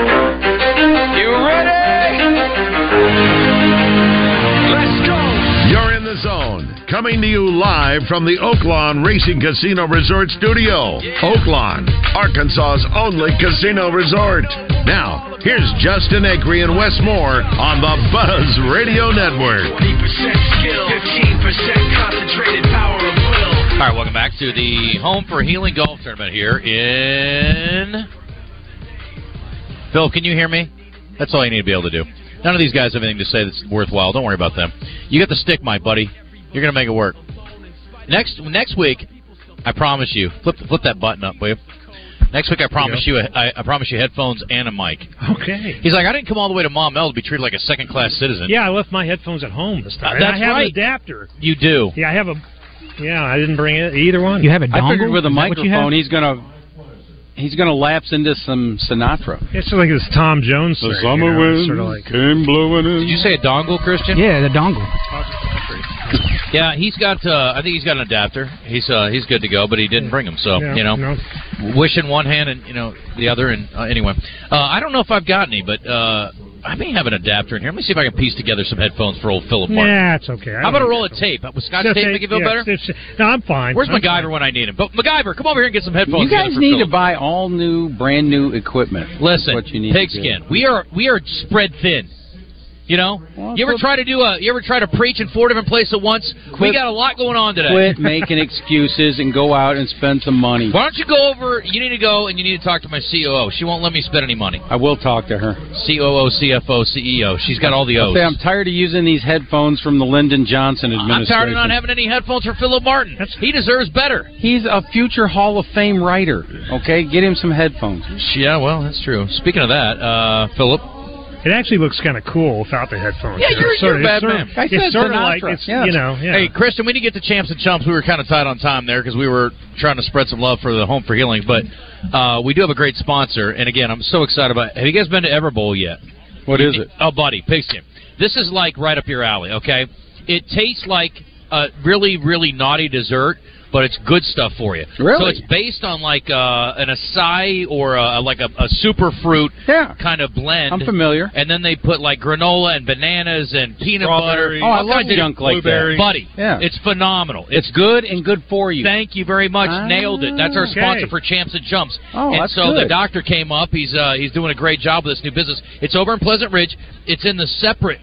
You ready? Let's go. You're in the zone. Coming to you live from the Oaklawn Racing Casino Resort Studio. Oaklawn, Arkansas's only casino resort. Now, here's Justin Acree and Wes Moore on the Buzz Radio Network. 20% skill, 15% concentrated power of will. All right, welcome back to the Home for Healing Golf Tournament here in. Phil, can you hear me? That's all you need to be able to do. None of these guys have anything to say that's worthwhile. Don't worry about them. You got the stick, my buddy. You're gonna make it work. Next next week, I promise you. Flip flip that button up, will you? Next week, I promise you. I, I promise you headphones and a mic. Okay. He's like, I didn't come all the way to Mom L to be treated like a second class citizen. Yeah, I left my headphones at home this time. Uh, that's I have right. an adapter. you do. Yeah, I have a. Yeah, I didn't bring it, either one. You have a dongle? I figured with a Is that what you have? microphone, he's gonna he's gonna lapse into some Sinatra. It's just like this Tom Jones. The thing, you summer know, wind Sort of like. came blowing in. Did you say a dongle, Christian? Yeah, the dongle. Yeah, he's got. Uh, I think he's got an adapter. He's uh, he's good to go, but he didn't bring him. So Yeah, you know, no. wish in one hand and you know the other. And uh, anyway, uh, I don't know if I've got any, but uh, I may have an adapter in here. Let me see if I can piece together some headphones for old Philip. Martin. Nah, it's okay. I How about don't a roll of tape? Was Scotch Just tape a- make you feel yeah, better? it's- it's- no, I'm fine. Where's I'm MacGyver when I need him? But MacGyver, come over here and get some headphones. You guys together for need Philip. to buy all new, brand new equipment. Listen, That's what you need to pigskin. We are we are spread thin. You know, Well, you ever quit- try to do a you ever try to preach in four different places at once? we Quit- got a lot going on do. today. Quit making excuses and go out and spend some money. Why don't you go over? You need to go and you need to talk to my COO. She won't let me spend any money. I will talk to her. COO, CFO, CEO. E She's got all the I'll O's. say I'm tired of using these headphones from the Lyndon Johnson I'm administration. tired of not having any headphones for Philip Martin. He deserves better. He's a future Hall of Fame writer. Okay, get him some headphones. Yeah, well, that's true. Speaking of that, uh, Philip. fine. It actually looks kind of cool without the headphones. Yeah, It's you're, sort you're a of- bad it's sort of- man. I it's said sort of Sinatra, like it's yeah. you know yeah. Hey, Kristen, we need to get to champs and chumps. We were kind of tight on time there because we were trying to spread some love for the Home for Healing, but uh, we do have a great sponsor. And again, I'm so excited about. Have you guys been to Everbowl yet? What is it? Oh, buddy, pigskin. This is like right up your alley. Okay, it tastes like a really, really naughty dessert, but it's good stuff for you. Really? So it's based on like uh, an acai or a, like a, a super fruit Yeah, kind of blend. I'm familiar. And then they put like granola and bananas and peanut butter. Oh, I all love kinds of- junk like that. buddy. Yeah. It's phenomenal. It's, It's good and good for you. Thank you very much. Ah, Nailed it. That's our okay. sponsor for Champs and Jumps. Oh, and that's so the good. doctor came up. He's uh, he's doing a great job with this new business. It's over in Pleasant Ridge. It's in the separate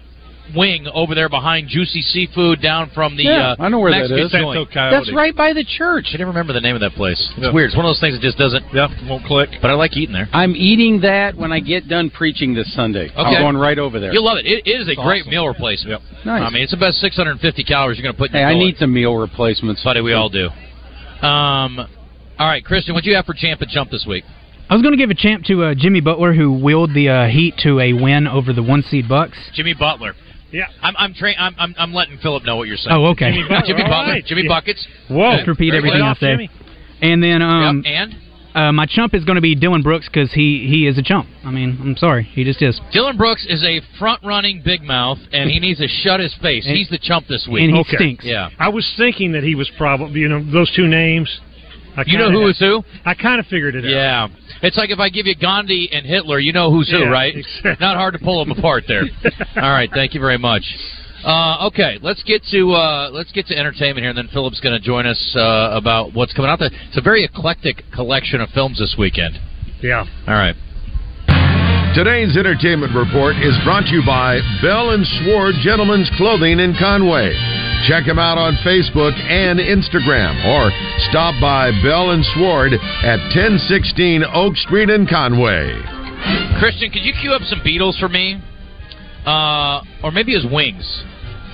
wing over there behind Juicy Seafood, down from the Yeah, uh, I know where that Mexican is. joint. That's right by the church. I never remember the name of that place. It's Yeah. weird. It's one of those things that just doesn't. Yeah, won't click. But I like eating there. I'm eating that when I get done preaching this Sunday. I'm Okay. going right over there. You'll love it. It, it is a great meal replacement. Nice. I mean, it's about 650 calories you're going to put. in hey, your I belly. need some meal replacements. buddy. We all do. Um, all right, Christian, what do you have for Champ and Jump this week? I was going to give a champ to uh, Jimmy Butler, who willed the uh, Heat to a win over the one seed Bucks. Jimmy Butler. Yeah. I'm I'm, tra- I'm I'm I'm letting Philip know what you're saying. Oh, okay. Jimmy Butler, Jimmy all Butler, right. Jimmy Yeah. Buckets. Whoa! Just repeat Very everything good I off, say. Jimmy. And then um, Yep, and uh, my chump is going to be Dylan Brooks because he he is a chump. I mean, I'm sorry, he just is. Dylan Brooks is a front running big mouth, and he needs to shut his face. And- He's the chump this week. And he Okay. stinks. yeah. I was thinking that he was probably you know those two names. I You know kinda- who is who? I kind of figured it out. Yeah. It's like if I give you Gandhi and Hitler, you know who's who, Yeah, right? exactly. Not hard to pull them apart there. All right, thank you very much. Uh, okay, let's get to uh, let's get to entertainment here, and then Philip's going to join us uh, about what's coming out. There. It's a very eclectic collection of films this weekend. Yeah. All right. Today's entertainment report is brought to you by Bell and Sword Gentlemen's Clothing in Conway. Check them out on Facebook and Instagram or stop by Bell and Sword at 1016 Oak Street in Conway. Christian, could you cue up some Beatles for me? Uh, or maybe it was Wings.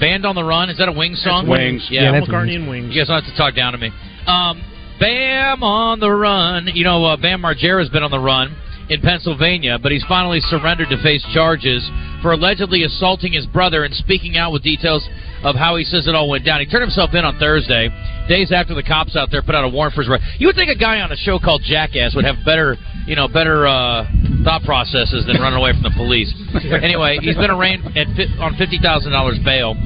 Band on the Run. Is that a Wings song? Wings. Yeah. Yeah, Paul that's McCartney wings. and Wings. you guys don't have to talk down to me. Um, Bam on the Run. You know, uh, Bam Margera's been on the run in Pennsylvania, but he's finally surrendered to face charges for allegedly assaulting his brother and speaking out with details of how he says it all went down. He turned himself in on Thursday, days after the cops out there put out a warrant for his arrest. You would think a guy on a show called Jackass would have better you know, better uh, thought processes than running away from the police. anyway, he's been arraigned at, fi- on fifty thousand dollars bail.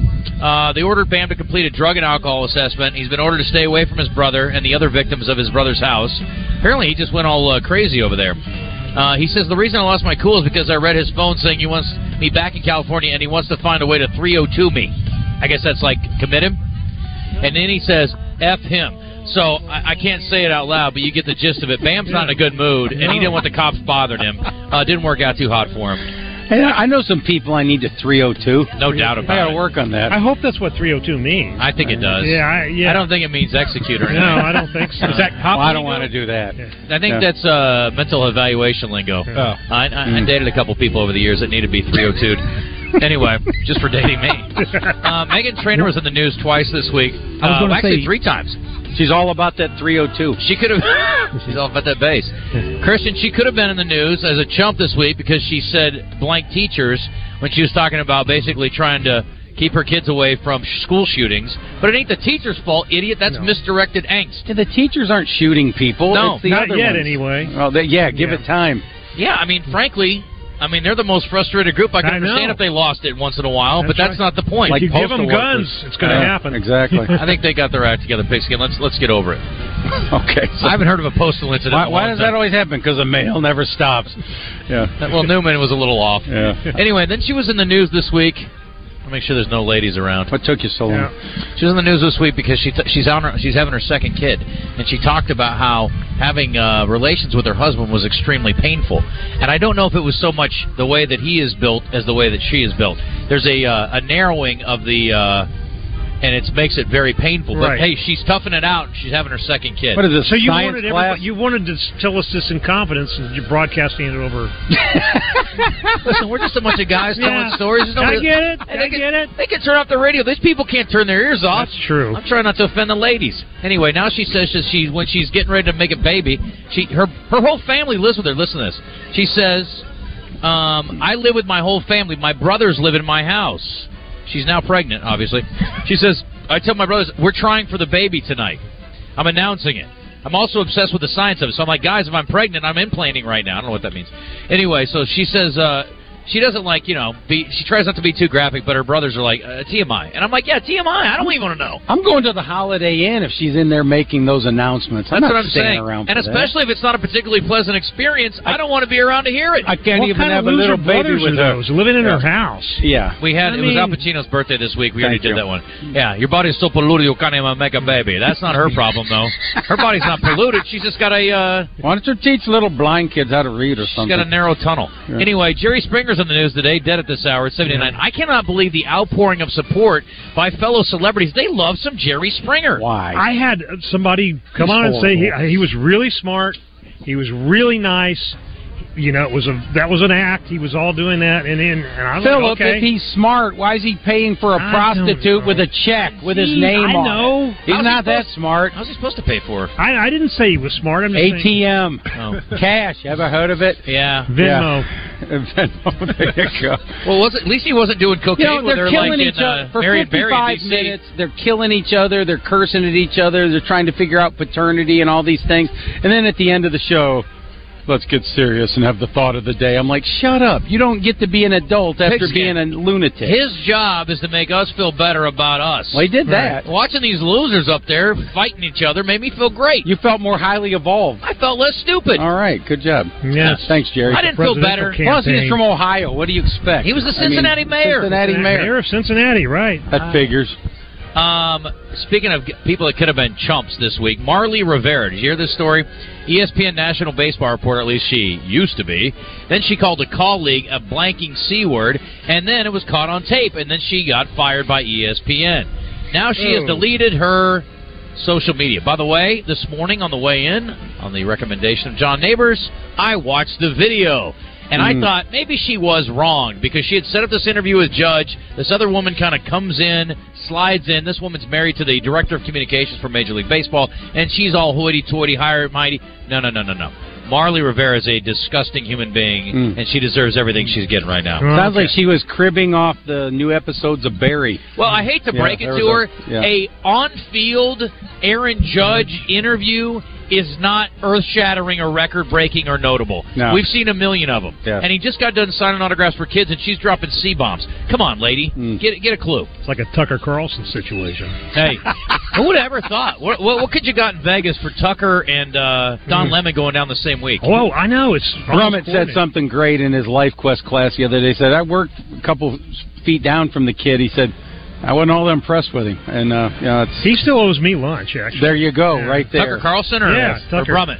Uh, they ordered Bam to complete a drug and alcohol assessment. He's been ordered to stay away from his brother and the other victims of his brother's house. Apparently, he just went all uh, crazy over there. Uh, he says the reason I lost my cool is because I read his phone saying he wants me back in California and he wants to find a way to 302 me. I guess that's like commit him. And then he says, F him. So I, I can't say it out loud, but you get the gist of it. Bam's not in a good mood, and he didn't want the cops bothering him. Uh, didn't work out too hot for him. Hey, I I know some people I need to 302. No doubt I about gotta it. work on that. I hope that's what 302 means. I think it does. Yeah, I, yeah. I don't think it means execute or anything. No, I don't think so. Is that Well, I don't want to do that. I Yeah. Mm. think that's uh, mental evaluation lingo. Yeah. Oh. I, I, I dated a couple people over the years that need to be 302'd. anyway, just for dating me. Uh, Megan Trainor was in the news twice this week. I was Uh, gonna actually, say- three times. She's all about that 302. She could have. she's off at that base. Christian, she could have been in the news as a chump this week because she said blank teachers when she was talking about basically trying to keep her kids away from sh- school shootings. But it ain't the teacher's fault, idiot. That's misdirected angst. Yeah, the teachers aren't shooting people. No, it's the Not other yet, ones. anyway. Well, they, yeah, give Yeah. it time. Yeah, I mean, frankly. I mean, they're the most frustrated group. I can I understand know. if they lost it once in a while, but That's that's not the If point. Like you give postal them workers. guns, it's going to Yeah, happen. Exactly. I think they got their act together, pigskin. Let's let's get over it. okay. So I haven't heard of a postal incident. why, in a why long does time. that always happen? Because the mail never stops. Yeah. Well, Newman was a little off. Yeah. Anyway, then she was in the news this week. I'll make sure there's no ladies around. What took you so long? Yeah. She was in the news this week because she t- she's on her, she's having her second kid, and she talked about how having uh, relations with her husband was extremely painful. And I don't know if it was so much the way that he is built as the way that she is built. There's a uh, a narrowing of the. Uh, and it makes it very painful. But Right. hey, she's toughing it out. She's having her second kid. What is this? So you science wanted class? everybody, you wanted to s- tell us this in confidence, and you're broadcasting it over. Listen, we're just a bunch of guys telling Yeah. stories. There's I nobody- get it. Hey, I they can- get it. They can turn off the radio. These people can't turn their ears off. That's true. I'm trying not to offend the ladies. Anyway, now she says that she when she's getting ready to make a baby, she her her whole family lives with her. Listen to this. She says, um, "I live with my whole family. My brothers live in my house." She's now pregnant, obviously. She says, "I tell my brothers we're trying for the baby tonight. I'm announcing it." I'm also obsessed with the science of it. So I'm like, guys, if I'm pregnant, I'm implanting right now. I don't know what that means. Anyway, so she says uh, she doesn't like, you know, be, she tries not to be too graphic, but her brothers are like, uh, TMI. And I'm like, yeah, TMI. I don't even want to know. I'm going to the Holiday Inn if she's in there making those announcements. I'm That's not what I'm staying saying. around. and for that. especially if it's not a particularly pleasant experience, I, don't want to be around to hear it. I can't what even kind have of a loser little baby brothers with are her. those living in Yeah. her house? Yeah. we had I it was mean- Al Pacino's birthday this week. We already Thank you. did that one. Yeah, your body's so polluted you can't even make a baby. That's not her problem though. Her body's not polluted. She's just got a uh, Why don't you teach little blind kids how to read or She's something? got a narrow tunnel. Yeah. Anyway, Jerry Springer's on the news today, dead at this hour at 79. I cannot believe the outpouring of support by fellow celebrities. They love some Jerry Springer. Why? I had somebody come He's on and say horrible. he, he was really smart. He was really nice. You know, it was a that was an act. He was all doing that, and then and I was Philip, like, okay. if he's smart, why is he paying for a I don't prostitute know. with a check with his Gee, name I on know. it? He's How's he not that supposed- smart. How's he supposed to pay for her? I, I didn't say he was smart. I'm just saying ATM. Oh. Cash. Ever heard of it? Yeah. Venmo. Venmo. there you go. Well, was it, at least he wasn't doing You cocaine know, with they're her killing like each in other. uh, For Mary and Barry 55 in DC. minutes, they're killing each other. They're cursing at each other. They're trying to figure out paternity and all these things. And then at the end of the show, let's get serious and have the thought of the day. I'm like, shut up. You don't get to be an adult after Pigskin. being a lunatic. His job is to make us feel better about us. well, he did that. Watching these losers up there fighting each other made me feel great. You felt more highly evolved. I felt less stupid. All right, good job. Yes. Thanks, Jerry. I didn't feel Presidential better. campaign. Plus, he's from Ohio. What do you expect? He was the I mean, Cincinnati mayor. Cincinnati mayor. Mayor of Cincinnati, right? That figures. Um, speaking of g- people that could have been chumps this week, Marley Rivera. Did you hear this story? E ESPN national baseball reporter, at least she used to be. Then she called a colleague a blanking c word, and then it was caught on tape, and then she got fired by E ESPN. Now she has Oh. deleted her social media. By the way, this morning on the way in, on the recommendation of John Neighbors, I watched the video. And Hmm. I thought maybe she was wrong because she had set up this interview with Judge. This other woman kind of comes in, slides in. This woman's married to the director of communications for Major League Baseball, and she's all hoity toity, higher and mighty. No, no, no, no, no. Marley Rivera is a disgusting human being, and she deserves everything she's getting right now. Hmm. Sounds like she was cribbing off the new episodes of Barry. Well, I hate to Yeah, break it there to her. was A, a- yeah. on-field Aaron Judge interview is not earth shattering or record breaking or notable. No. We've seen a million of them. Yeah. And he just got done signing autographs for kids, and she's dropping C bombs. Come on, lady. Mm. Get, get a clue. It's like a Tucker Carlson situation. Hey, who would have ever thought? What, what, what could you got in Vegas for Tucker and uh, Don Lemon going down the same week? Mm. Whoa, I know it's. Brummett said something great in his Life Quest class the other day. He said, I worked a couple feet down from the kid. He said, I wasn't all that impressed with him. And, uh, you know, it's, He still owes me lunch. Actually, there you go, right Tucker there. Uh, Carlson or, Yeah, or Tucker. Brummett?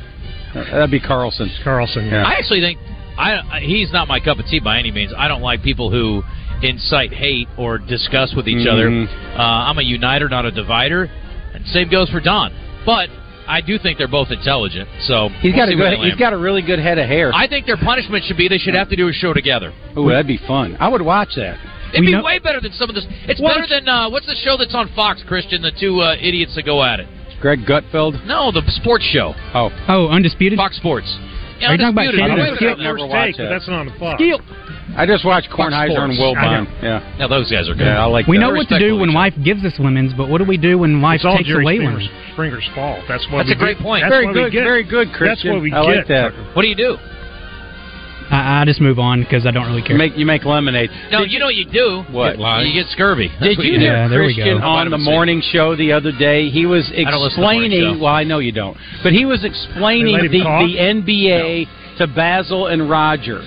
That'd be Carlson. Carlson. Yeah. I actually think I, I he's not my cup of tea by any means. I don't like people who incite hate or discuss with each Mhm. other. Uh, I'm a uniter, not a divider, and same goes for Don. But I do think they're both intelligent. So He's we'll got see a where good, they he's land. got a really good head of hair. I think their punishment should be they should have to do a show together. Ooh, that'd be fun. I would watch that. It'd We be know- way better than some of this. It's What? better than uh, what's the show that's on Fox, Christian? The two uh, idiots that go at it. Greg Gutfeld. No, the sports show, Oh, Oh, undisputed. Fox Sports. Are you talking about Shannon Undisputed. Wait a I and minute. don't Skip? know Never first watch take, but it. that's not a fox. Skip. I just watched Fox Kornheiser and Sports. Wilbon. Yeah, Now those guys are good. yeah, I like. We that. know what to do when life gives us women's, but what do we do when life It's all takes Jerry away Springer's, women? Springer's fault. That's what. That's we a great get. point. That's Very what good, we get. very good, That's Christian. what we I get. like that. Tucker. What do you do? I, I just move on because I don't really care. You make you make lemonade. No, you know what you do. What? You, you get scurvy. That's Did what you do. hear Yeah, there we go. Christian on Vitamin the C. morning show the other day? He was don't listen to the morning show. explaining. Well, I know you don't, but he was explaining They the, let him talk? the NBA to Basil and Roger,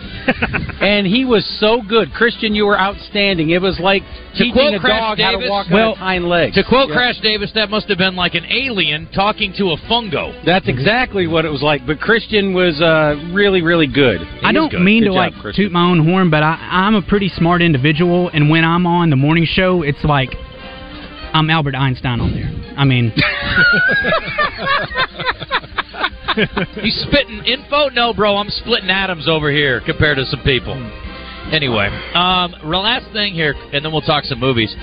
and he was so good. Christian, you were outstanding. It was like teaching quote a Crash dog how Davis- to walk on Well, its hind legs. To quote Yeah. Crash Davis, that must have been like an alien talking to a fungo. That's exactly what it was like. But Christian was uh, really, really good. I don't mean Good to job, like Christian. toot my own horn, but I, I'm a pretty smart individual, and when I'm on the morning show, it's like I'm Albert Einstein on there. I mean, You spitting info? No, bro. I'm splitting atoms over here compared to some people. Anyway, um, the last thing here, and then we'll talk some movies.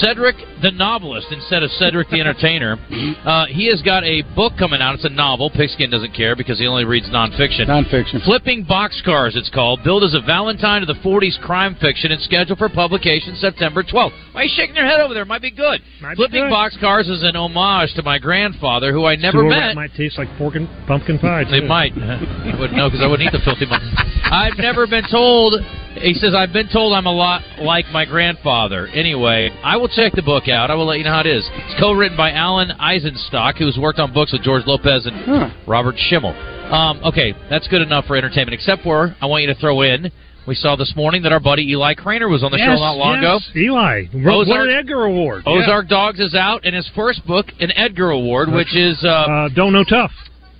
Cedric the novelist instead of Cedric the entertainer. Uh, he has got a book coming out. It's a novel. Pigskin doesn't care because he only reads nonfiction. Nonfiction. Flipping Boxcars, it's called. Billed as a Valentine to the 40s crime fiction and scheduled for publication September 12th. Why are you shaking your head over there? Might be good. Might be Flipping good. Boxcars is an homage to my grandfather, who I never Sewer met. rat might taste like pork and pumpkin pie. They too. might. I wouldn't know because I wouldn't eat the filthy monkey. I've never been told. He says I've been told I'm a lot like my grandfather. Anyway, I will check the book out. I will let you know how it is. It's co-written by Alan Eisenstock, who's worked on books with George Lopez and Robert Schimmel. Um, okay, that's good enough for entertainment. Except for I want you to throw in. We saw this morning that our buddy Eli Craner was on the Yes, show not long ago. yes. Eli won Ozark- an Edgar Award. Yeah. Ozark Dogs is out, and his first book, an Edgar Award, which is uh, Uh, don't know tough.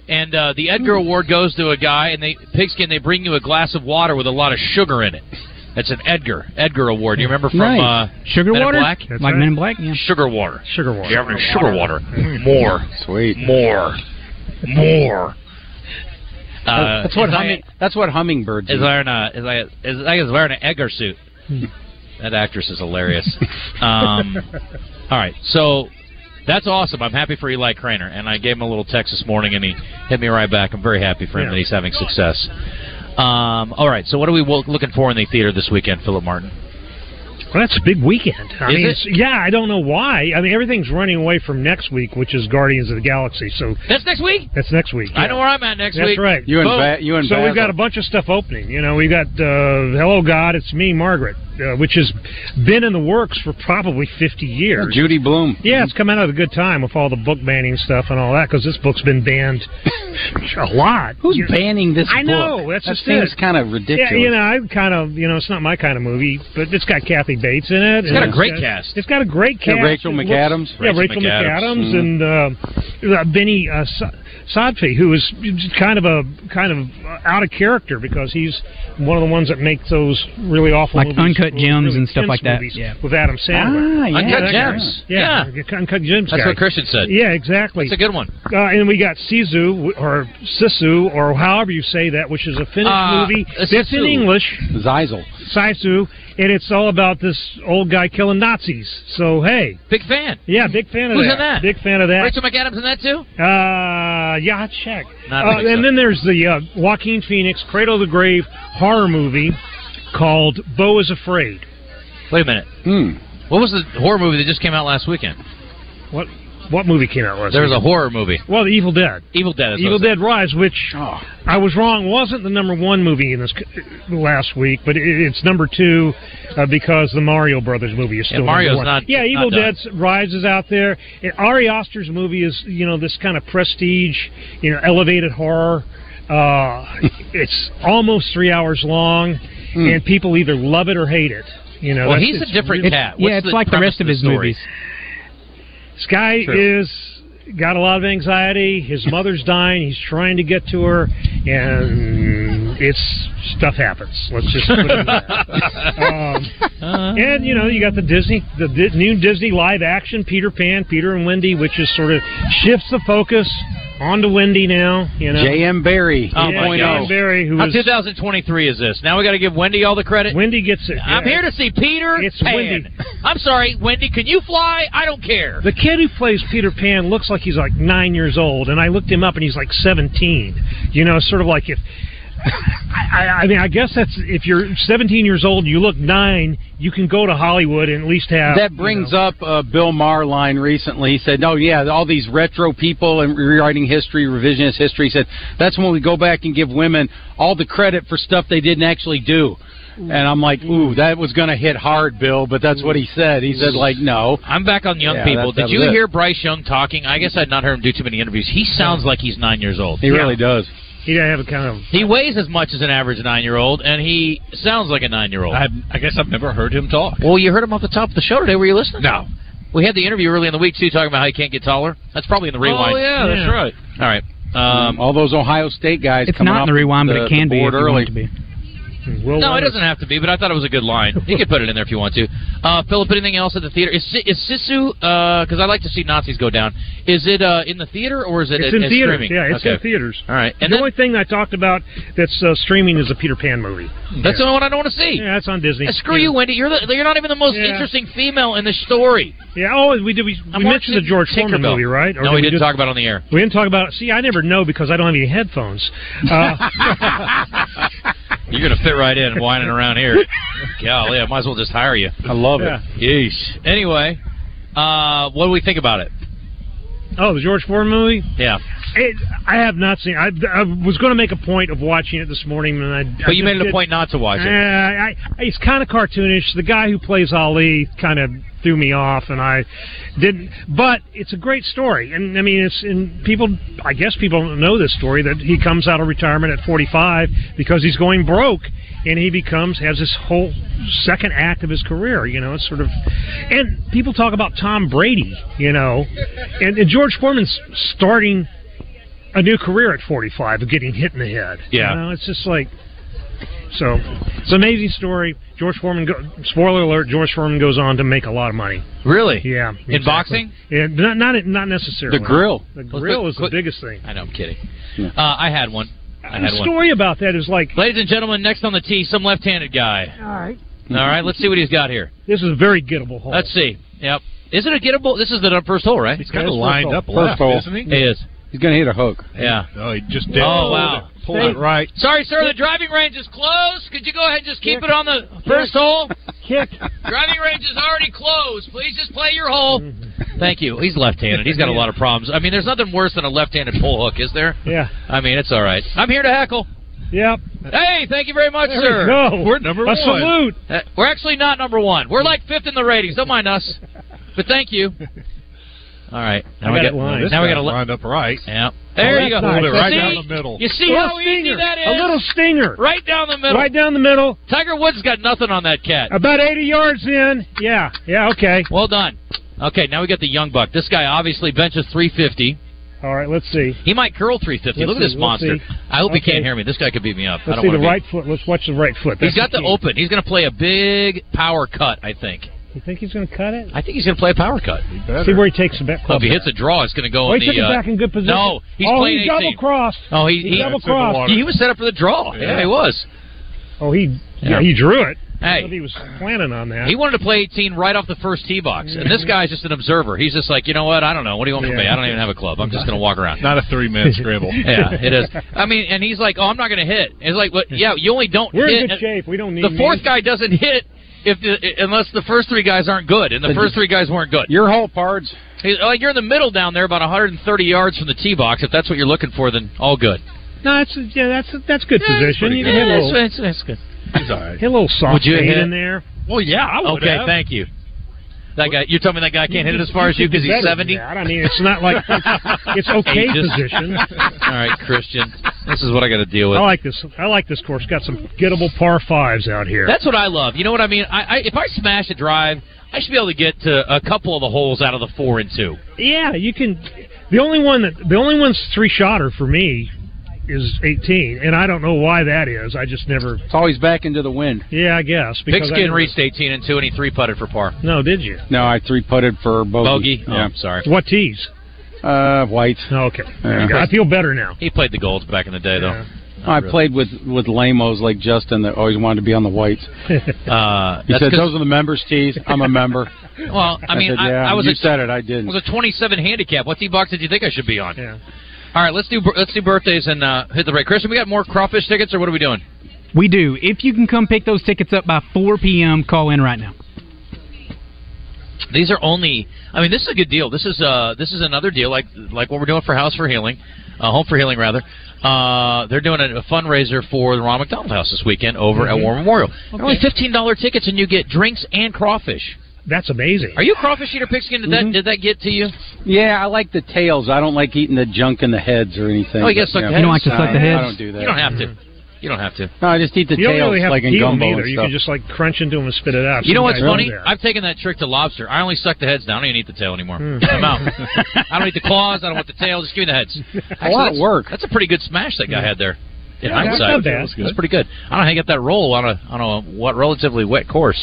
and uh, the Edgar Award goes to a guy, and they pigskin they bring you a glass of water with a lot of sugar in it. That's an Edgar Edgar Award. You remember from Nice. uh, sugar Men in water, Black? like That's right. Men in Black. Yeah. Sugar Water. Sugar water. You have any sugar water? More, Mm. Sweet. Mm. more, more. Uh, Oh, that's what as I- humming, that's what hummingbirds. is do. Hmm. wearing a is like is like is wearing an Edgar suit. That actress is hilarious. Um, all right, so that's awesome. I'm happy for Eli Craner, and I gave him a little text this morning, and he hit me right back. I'm very happy for him Yeah. that he's having success. Um, all right, so what are we wo- looking for in the theater this weekend, Philip Martin? Well, that's a big weekend. I Is mean, it? it's- yeah, I don't know why. I mean, everything's running away from next week, which is Guardians of the Galaxy. So That's next week. that's next week. I know where I'm at next That's week. right. You and Boom. ba- you and so we've got a Basil. bunch of stuff opening. You know, we've got uh, "Hello God, It's Me, Margaret," uh, which has been in the works for probably fifty years. Judy Bloom. Yeah, it's come out at a good time with all the book banning stuff and all that because this book's been banned a lot. Who's You- banning this I book? know, that's that just seems it. kind of ridiculous. Yeah, you know, I kind of, you know, it's not my kind of movie, but it's got Kathy Bates in it. It's got a great cast. It's got a great Yeah, cast. Rachel It looks- McAdams. Mm-hmm. yeah, Rachel Rachel McAdams, McAdams. and uh, uh, Benny uh, Sa- Sadfi, who is kind of a kind of uh, out of character because he's one of the ones that make those really awful Like movies, Uncut really Gems and stuff tense like that. movies Yeah. with Adam Sandler. Ah, yeah. Uncut that guy. Gems. Yeah, Yeah. Uncut Gems. That's guy. what Christian said. Yeah, exactly. It's a good one. Uh, and we got Sisu or Sisu or however you say that, which is a Finnish Uh, movie. uh, It's in Sisu. English, Zeisel. Sisu, and it's all about this old guy killing Nazis. So hey, Big fan. yeah, big fan of Who's that. in that? Big fan of that. Rachel McAdams in that too. Uh, yeah, I check. Not Uh, really, and so. then there's the uh, Joaquin Phoenix Cradle of the Grave horror movie called Bo is Afraid. Wait a minute. Hmm. What was the horror movie that just came out last weekend? What? What movie came out last? There was a week? horror movie. Well, The Evil Dead. Evil Dead. Is Evil what Dead Rise, which I was wrong, wasn't the number one movie in this c- last week, but it, it's number two uh, because the Mario Brothers movie is Yeah, still Mario's number one. not- yeah, not Evil done. Dead Rise is out there. And Ari Oster's movie is you know this kind of prestige, you know, elevated horror. Uh, it's almost three hours long, Hmm. and people either love it or hate it. You know, Well, that's- he's a it's different really- cat. What's the premise of the story? this guy True. is got a lot of anxiety. His mother's dying. He's trying to get to her, and it's stuff happens. Let's just put it there. Um, Uh-huh. and you know, you got the Disney, the Di- new Disney live action Peter Pan, Peter and Wendy, which is sort of shifts the focus onto Wendy now. You know, J.M. Barry. Oh Yeah, my J.M. God. Barry, who How is- 2023 is this? Now we got to give Wendy all the credit. Wendy gets it. I'm yeah. here to see Peter It's Pan. Wendy. I'm sorry, Wendy. Can you fly? I don't care. The kid who plays Peter Pan looks like he's like nine years old, and I looked him up, and he's like seventeen. You know, sort of like if I, I I mean, I guess that's if you're seventeen years old and you look nine, you can go to Hollywood and at least have that brings up uh, Bill Maher line recently. He said, "No, yeah, all these retro people and rewriting history, revisionist history." He said that's when we go back and give women all the credit for stuff they didn't actually do. And I'm like, "Ooh, that was going to hit hard, Bill," but that's what he said. He said, "Like, no." I'm back on young Yeah, people. that- Did that you was it. hear Bryce Young talking? I guess I'd not heard him do too many interviews. He sounds like he's nine years old. He really does. He didn't have a kind of. He weighs as much as an average nine year old, and he sounds like a nine year old. I, I guess I've never heard him talk. Well, you heard him off the top of the show today. Were you listening? No. We had the interview early in the week too, talking about how he can't get taller. That's probably in the rewind. Oh yeah, that's right. All right. Um, all those Ohio State guys. It's coming not in off the rewind, but it uh, can the be board if you want early. it to be. no, it doesn't have to be, but I thought it was a good line. You could put it in there if you want to. Uh, Philip, anything else at the theater? Is, Si- is Sisu, because I like to see Nazis go down, is it uh, in the theater or is it It's it- in it's theaters. streaming? Yeah, it's Okay. in theaters. All right. And the only thing I talked about that's uh, streaming is a Peter Pan movie. That's the only one I don't want to see. Yeah, that's on Disney. Uh, Screw you, Wendy. You're the, you're not even the most Yeah. interesting female in the story. Yeah. Oh, we did. We, I'm we mentioned the watching George Foreman Tinkerbell. movie, right? no, we did didn't just- talk about it on the air. We didn't talk about. See, I never know because I don't have any headphones. Uh, You're gonna fit right in, whining around here. Golly, I might as well just hire you. I love it. Yeesh. Anyway, uh, what do we think about it? oh, the George Foreman movie. Yeah, It, I have not seen. I, I was going to make a point of watching it this morning, and I. I but you made just it a did- point not to watch Eh, it. I, I, he's kind of cartoonish. The guy who plays Ali kind of threw me off, and I didn't. But it's a great story, and I mean, it's and people. I guess people don't know this story that he comes out of retirement at 45 because he's going broke, and he becomes has this whole second act of his career. You know, it's sort of, and people talk about Tom Brady. You know, and, and George Foreman's starting a new career at 45 of getting hit in the head. Yeah. You know, it's just like so. It's an amazing story. George Foreman. Go, spoiler alert: George Foreman goes on to make a lot of money. Really? Yeah. In boxing? Yeah, not not not necessarily. The grill. The Let's grill quick- is quick- the biggest thing. I know, I'm kidding. Uh, I had one. I had the one. story about that is like. Ladies and gentlemen, next on the tee, some left-handed guy. All right. All right, let's see what he's got here. This is a very gettable hole. Let's see. Yep. Is it a gettable? This is the first hole, right? He's kinda Yeah, it's first lined hole. up left, isn't he? He is. He's going to hit a hook. Yeah. Oh, he just did. Oh wow. Pulled it right. Sorry, sir. The driving range is closed. Could you go ahead and just keep it on the first hole? Kick. Driving range is already closed. Please just play your hole. Mm-hmm. Thank you. He's left-handed. He's got a lot of problems. I mean, there's nothing worse than a left-handed pull hook, is there? Yeah. I mean, it's all right. I'm here to heckle. Yep. Hey, thank you very much, There sir. we go. We're number a one. salute. Uh, we're actually not number one. We're like fifth in the ratings. Don't mind us. But thank you. All right. I Now we got got. it lined. Now we This got guy lined up right. Yeah. There Oh, you go. that's nice. Pulled it right See? down the middle. You see A how little easy stinger. that is? A little stinger. Right down the middle. Right down the middle. Tiger Woods got nothing on that cat. About 80 yards in. Yeah. Yeah. Okay. Well done. Okay, now we got the young buck. This guy obviously benches 350. All right. Let's see. He might curl 350. Let's Look at see, this let's monster. see. I hope he Okay. can't hear me. This guy could beat me up. I Let's don't see want the to be- right foot. Let's watch the right foot. He's That's got the key. open. He's going to play a big power cut, I think. You think he's going to cut it? I think he's going to play a power cut. See where he takes the back. Oh, if he hits a draw, it's going to go Oh, in he took the. it uh, back in good position. No, he's oh, playing he double 18. crossed. Oh, he, he double crossed. He was set up for the draw. Yeah, Yeah. he was. Oh, he Yeah. yeah, he drew it. Hey. I thought he was planning on that. He wanted to play 18 right off the first tee box, and this guy's just an observer. He's just like, you know what? I don't know. What do you want from Yeah. me? I don't even have a club. I'm just going to walk around. Not a three-man scribble. yeah, it is. I mean, and he's like, oh, I'm not going to hit. It's like, what? Yeah, you only don't We're hit. in good shape. We don't need the fourth these. guy doesn't hit if the, unless the first three guys aren't good, and the Then first you- three guys weren't good. Your whole pards. Like you're in the middle down there, about 130 yards from the tee box. If that's what you're looking for, then all good. No, it's yeah, that's that's good Yeah, that's position. pretty You good. can hit a Yeah, little, that's, that's good. He's all right. hit a little soft Would you fade hit- in there. Well, yeah, I would Okay, have. thank you. That guy, you're telling me that guy can't hit it as far as you because he's Better than 70. that. I mean, it's not like it's okay Ages. position. All right, Christian, this is what I got to deal with. I like this. I like this course. Got some gettable par fives out here. That's what I love. You know what I mean? I, I if I smash a drive, I should be able to get to a couple of the holes out of the four and two. yeah, you can. The only one that the only one's three shotter for me is 18, and I don't know why that is. I just never. It's always back into the wind. Yeah, I guess. Big I Skin never- reached 18 and two, and he three putted for par. No, did you? No, I three putted for bogey. Bogey. Oh, Yeah. I'm sorry. What tees? Uh, white. Oh, okay. There you Yeah. go. I feel better now. He played the golds back in the day, though. I really. played with with lamos like Justin that always wanted to be on the whites. Uh, He that's said 'cause- those are the members' tees. I'm a member. well, I mean, said, I, yeah, I was you a, said it. I I didn't. was a 27 handicap. What tee box did you think I should be on? Yeah. All right, let's do bir- let's do birthdays and uh, hit the break. Christian, we got more crawfish tickets, or what are we doing? We do. If you can come pick those tickets up by 4 p.m., call in right now. These are only. I mean, this is a good deal. This is uh this is another deal like like what we're doing for House for Healing, uh, Home for Healing rather. Uh, they're doing a, a fundraiser for the Ron McDonald House this weekend over at War Memorial. They're only fifteen dollar tickets, and you get drinks and crawfish. That's amazing. Are you a crawfish eater, pigskin? Did that did that get to you? Yeah, I like the tails. I don't like eating the junk in the heads or anything. Oh, you gotta But, suck yeah. the You heads? don't like to No, suck the I heads? don't do that. Mm-hmm. You don't have to. You don't have to. No, I just eat the You don't tails really have like to in peel them gumbo and either. You stuff. can just like crunch into them and spit it out. You know what's Sometimes funny? they're there. I've taken that trick to lobster. I only suck the heads down. I don't even eat the tail anymore. Hmm. I'm out. I don't eat the claws. I don't want the tail. Just give me the heads. Actually, lot of that's, work. That's a pretty good smash that guy had there. Yeah, In that's hindsight, not bad. That's good. That's pretty good. I don't think I got that roll on a on a what relatively wet course.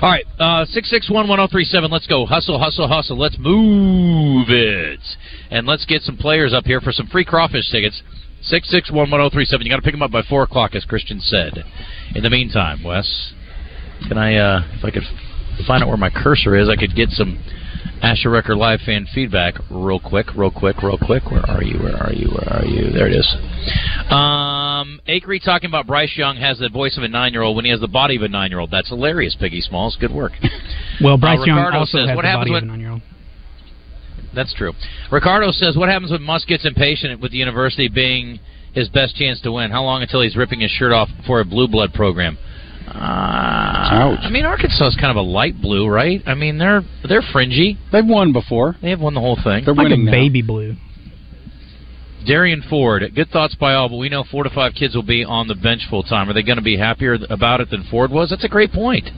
All right, uh, six six one one zero three seven. Let's go. Hustle, hustle, hustle. Let's move it, and let's get some players up here for some free crawfish tickets. Six six one one zero three seven. You got to pick them up by four o'clock, as Christian said. In the meantime, Wes, can I, uh, if I could find out where my cursor is, I could get some Asher Record Live fan feedback real quick, real quick, real quick. Where are you? Where are you? Where are you? There it is. Um, Akery talking about Bryce Young has the voice of a nine year old when he has the body of a nine year old. That's hilarious, Piggy Smalls. Good work. Uh, Well, Bryce Young Ricardo also says, has what the happens body when- of a nine-year-old. That's true. Ricardo says, What happens when Musk gets impatient with the university being his best chance to win? How long until he's ripping his shirt off for a blue blood program? Uh, I mean, Arkansas is kind of a light blue, right? I mean, they're they're fringy. They've won before. They have won the whole thing. They're Like winning a now. baby blue. Darian Ford, good thoughts by all, but we know four to five kids will be on the bench full time. Are they going to be happier th- about it than Ford was? That's a great point.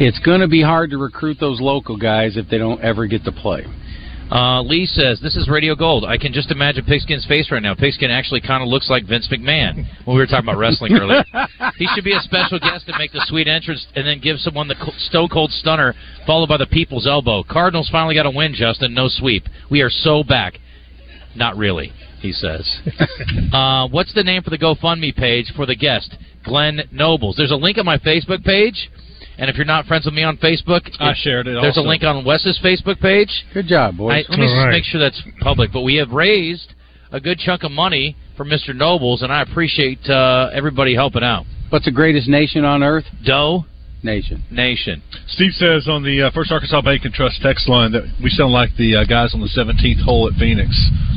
It's going to be hard to recruit those local guys if they don't ever get to play. Uh, Lee says, This is Radio Gold. I can just imagine Pigskin's face right now. Pigskin actually kind of looks like Vince McMahon when we were talking about wrestling earlier. He should be a special guest to make the sweet entrance and then give someone the co- stone cold stunner followed by the people's elbow. Cardinals finally got a win, Justin. No sweep. We are so back. Not really, he says. uh, what's the name for the GoFundMe page for the guest? Glenn Nobles. There's a link on my Facebook page. And if you're not friends with me on Facebook, I it- shared it. there's also. a link on Wes's Facebook page. Good job, boys. I, let me All just right. make sure that's public. But we have raised a good chunk of money for Mr. Nobles, and I appreciate uh, everybody helping out. What's the greatest nation on earth? Doe Nation. Nation. Steve says on the uh, First Arkansas Bank and Trust text line that we sound like the uh, guys on the 17th hole at Phoenix.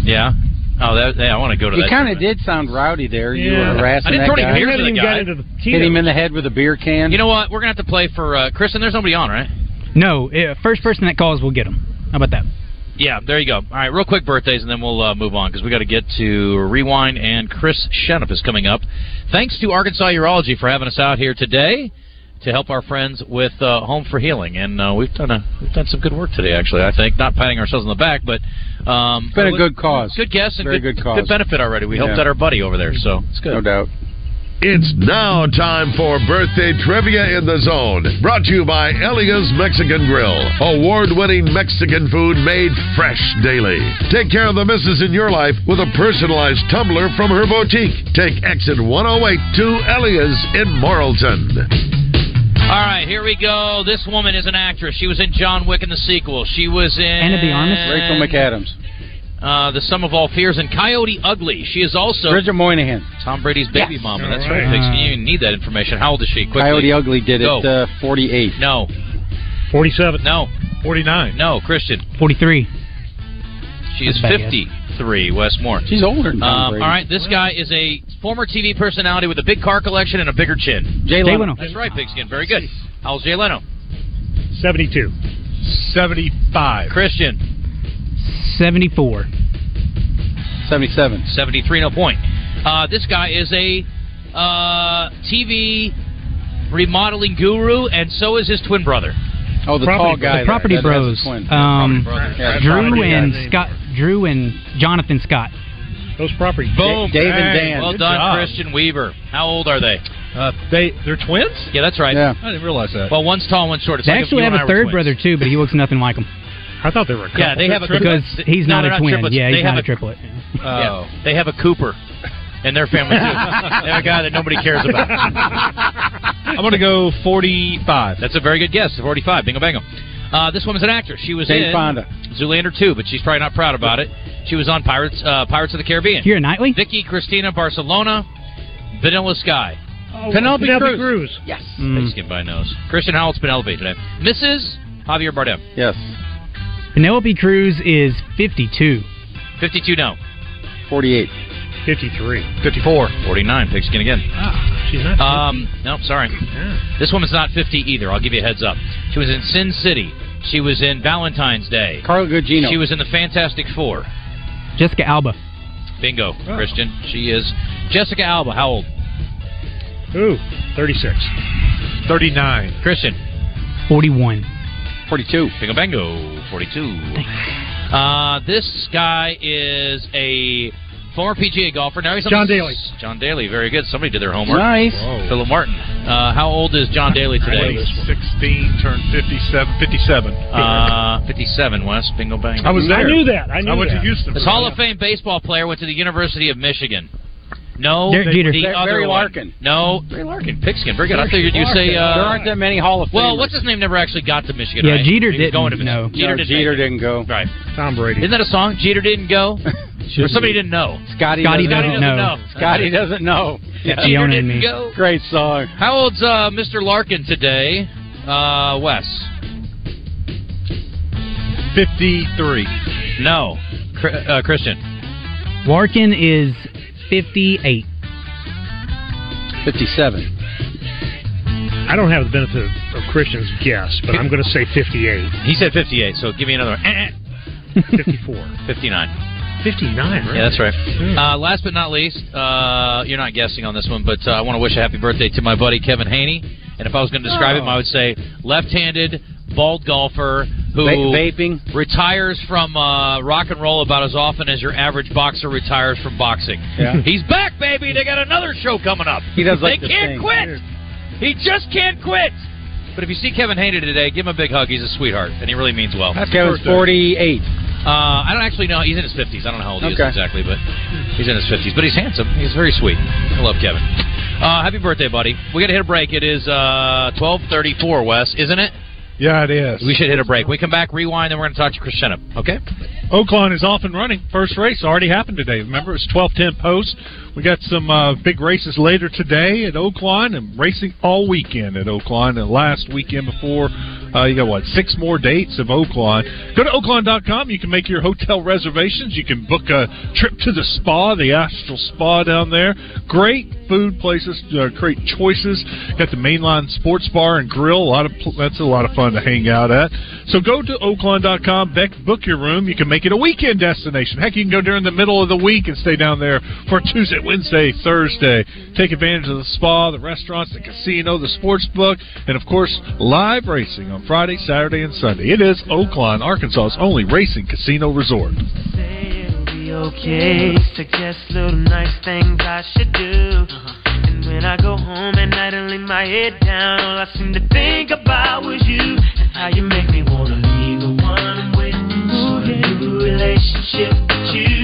Yeah. Oh, that, yeah, I want to go to You that. kind of tournament. did sound rowdy there. You Yeah. were harassing I that didn't throw any guy. beer. I Here's haven't the even guy. got into the Hit him Tito's. in the head with a beer can. You know what? We're gonna have to play for uh, Kristen. There's nobody on, right? No, eh, first person that calls will get them. How about that? Yeah. There you go. All right. Real quick birthdays, and then we'll uh, move on because we got to get to rewind. And Chris Shenup is coming up. Thanks to Arkansas Urology for having us out here today. to help our friends with uh, Home for Healing, and uh, we've done a we've done some good work today. Actually, I think not patting ourselves on the back, but um, It's been a it good was- cause. good guess, and Very good, good cause. benefit already. We helped Yeah. out our buddy over there, so it's good. No doubt. It's now time for birthday trivia in the zone. Brought to you by Elia's Mexican Grill, award winning Mexican food made fresh daily. Take care of the misses in your life with a personalized tumbler from her boutique. Take exit 108 to Elia's in Morrilton. All right, here we go. This woman is an actress. She was in John Wick in the sequel. She was in Anna de Armas? Rachel McAdams. uh, the sum of all fears, and Coyote Ugly. She is also Bridget Moynihan. Tom Brady's baby Yes. mama. That's All right. right. Vixen, you need that information. How old is she? Quickly. Coyote Ugly did Go. it uh, 48. No. 47. No. 49. No, Christian. 43. She is That's bad guess. 53, Westmore. She's older than Tom Um, all Brady. right, this guy is a former TV personality with a big car collection and a bigger chin. Jay Jay Leno. Leno. That's right, Pigskin. Very good. How's Jay Leno? 72. 75. Christian, 74. 77. 73, no point. Uh, this guy is a uh, TV remodeling guru, and so is his twin brother. Oh, the Property tall Bros. guy. The Property there. That- that's Bros. his twin. Um, Yeah, the Drew property and guy. Scott. Drew and Jonathan Scott. Those property. Boom. Dave and Hey, Dan. well good done, job. Christian Weaver. How old are they? Uh, they, they're twins? Yeah, that's right. Yeah. I didn't realize that. Well, one's tall, one's short. It's They like if actually you have and I a were third twins. brother too, but he looks nothing like him I thought they were a couple. Yeah, they have a because he's No, not they're a twin. triplets. yeah, he's they not have a triplet. Yeah, Oh. they have a Cooper in their family too. they have a guy that nobody cares about. I'm going to go 45. That's a very good guess. Forty-five. Bingo, bango. Uh, this woman's an actress. She was Jane in Fonda. Zoolander 2, but she's probably not proud about it. She was on Pirates uh, Pirates of the Caribbean. Kira Knightley. Vicky Cristina Barcelona, Vanilla Sky. Oh, Penelope, Penelope Cruz. Yes. Mm. Pigskin by nose. Christian Howell's Penelope today. Mrs. Javier Bardem. Yes. Penelope Cruz is 52. 52 no. 48. 53. 54. 49. Pigskin again. Ah, she's not. Um, no, sorry. This woman's not 50 either. I'll give you a heads up. She was in Sin City. She was in Valentine's Day. Carl Gugino. She was in the Fantastic Four. Jessica Alba. Bingo, Oh. Christian. She is Jessica Alba. How old? Ooh, 36. 39. Christian. 41. 42. Bingo, bango. 42. Uh, this guy is a former PGA golfer. Now he's on John the- Daly. John Daly. Very good. Somebody did their homework. Nice. Philip Martin. Uh, how old is John Daly today? 16, turned 57. 57. Uh, 57, Wes. Bingo, bango. I was I there. knew that. I knew I went that. to Houston. This Hall of Fame baseball player went to the University of Michigan. No, Derek Jeter. the Barry other one. Larkin. No, Barry Larkin. Pigskin. Very good. I figured you'd say. there Uh, aren't that many Hall of well, Famers. what's his name? Never actually got to Michigan. Yeah, right? Jeter He was didn't, Going to Michigan. no. Jeter no, didn't. Jeter make it. didn't go. Right. Tom Brady. Isn't that a song? Jeter didn't go. or somebody didn't know. Scotty, Scotty doesn't doesn't, know. Scotty doesn't know. Yeah. Jeter Fiona didn't and me. go. Great song. How old's uh, Mr. Larkin today? Uh, Wes. 53. No. Cr- uh, Christian. Larkin is 58. 57. I don't have the benefit of, of Christian's guess, but I'm going to say 58. He said 58. So give me another one. Eh, eh. 54. 59. 59, right? Yeah, that's right. Hmm. Uh, last but not least, uh, you're not guessing on this one, but uh, I want to wish a happy birthday to my buddy Kevin Haney. And if I was going to describe Oh. him, I would say left-handed, bald golfer who Va- vaping. retires from uh, rock and roll about as often as your average boxer retires from boxing. Yeah. He's back, baby. They got another show coming up. He does like they to can't sing. quit. He just can't quit. But if you see Kevin Haney today, give him a big hug. He's a sweetheart, and he really means well. Kevin's 48. Uh, I don't actually know. He's in his 50s. I don't know how old he Okay. is exactly, but he's in his 50s. But he's handsome. He's very sweet. I love Kevin. Uh, happy birthday, buddy. We got to hit a break. It is uh, 1234, Wes, isn't it? Yeah, it is. We should hit a break. We come back, rewind, then we're going to talk to Chris Shenup, okay? Oakland is off and running. First race already happened today. Remember, it's twelve ten post. We got some uh, big races later today at Oakland and racing all weekend at Oakland. And last weekend before, uh, you got what six more dates of Oakland. Go to Oakland.com. You can make your hotel reservations. You can book a trip to the spa, the Astral Spa down there. Great food places, uh, great choices. Got the Mainline Sports Bar and Grill. A lot of pl- that's a lot of fun to hang out at. So go to Oakland.com, Beck, book your room. You can make it a weekend destination. Heck, you can go during the middle of the week and stay down there for Tuesday, Wednesday, Thursday. Take advantage of the spa, the restaurants, the casino, the sports book, and of course, live racing on Friday, Saturday, and Sunday. It is Oakland, Arkansas's only racing casino resort. Say it'll be okay. Suggest little nice things I should do. And when I go home at night and lay my head down, all I seem to think about was you and how you make me wanna be the one I'm with. Ooh, yeah. New relationship with you.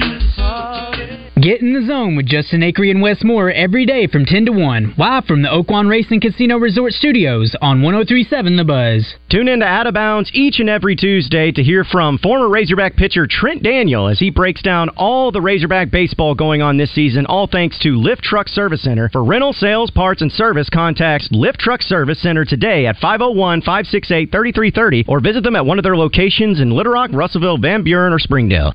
Get in the zone with Justin Akery and Wes Moore every day from 10 to 1, live from the Oakwan Racing Casino Resort Studios on 1037 The Buzz. Tune in to Out of Bounds each and every Tuesday to hear from former Razorback pitcher Trent Daniel as he breaks down all the Razorback baseball going on this season, all thanks to Lift Truck Service Center. For rental, sales, parts, and service, contact Lift Truck Service Center today at 501 568 3330 or visit them at one of their locations in Little Rock, Russellville, Van Buren, or Springdale.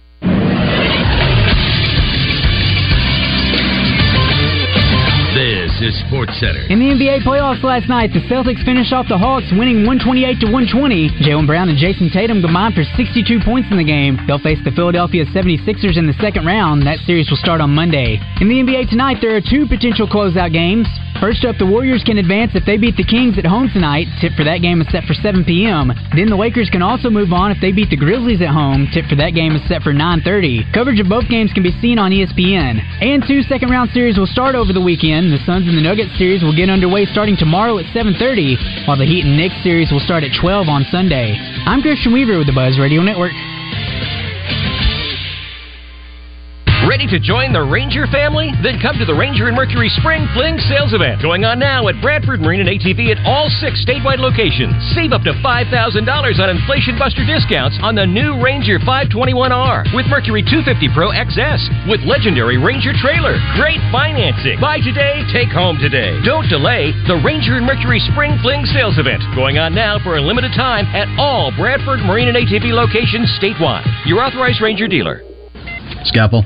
This is Sports Center. In the NBA playoffs last night, the Celtics finished off the Hawks, winning 128 to 120. Jalen Brown and Jason Tatum combined for 62 points in the game. They'll face the Philadelphia 76ers in the second round. That series will start on Monday. In the NBA tonight, there are two potential closeout games. First up, the Warriors can advance if they beat the Kings at home tonight. Tip for that game is set for 7 p.m. Then the Lakers can also move on if they beat the Grizzlies at home. Tip for that game is set for 9:30. Coverage of both games can be seen on E ESPN. And two second-round series will start over the weekend. The Suns and the Nuggets series will get underway starting tomorrow at 7:30, while the Heat and Knicks series will start at 12 on Sunday. I'm Christian Weaver with the Buzz Radio Network. Ready to join the Ranger family? Then come to the Ranger and Mercury Spring Fling Sales Event going on now at Bradford Marine and ATV at all six statewide locations. Save up to $5,000 on inflation buster discounts on the new Ranger 521R with Mercury 250 Pro XS with legendary Ranger trailer. Great financing. Buy today, take home today. Don't delay the Ranger and Mercury Spring Fling Sales Event going on now for a limited time at all Bradford Marine and ATV locations statewide. Your authorized Ranger dealer. Scalpel,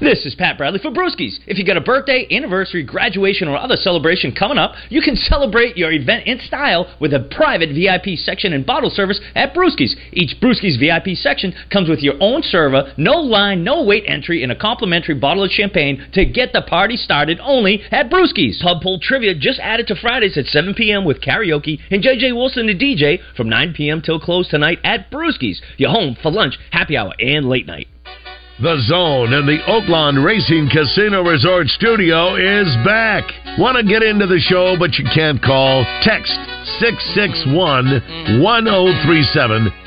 This is Pat Bradley for Brewskis. If you got a birthday, anniversary, graduation, or other celebration coming up, you can celebrate your event in style with a private VIP section and bottle service at Brewskis. Each Brewskis VIP section comes with your own server, no line, no wait entry, and a complimentary bottle of champagne to get the party started only at Brewskis. Pub poll trivia just added to Fridays at 7 p.m. with karaoke and JJ Wilson the DJ from 9 p.m. till close tonight at Brewskis, your home for lunch, happy hour, and late night. The Zone and the Oakland Racing Casino Resort Studio is back. Want to get into the show, but you can't call? Text 661 1037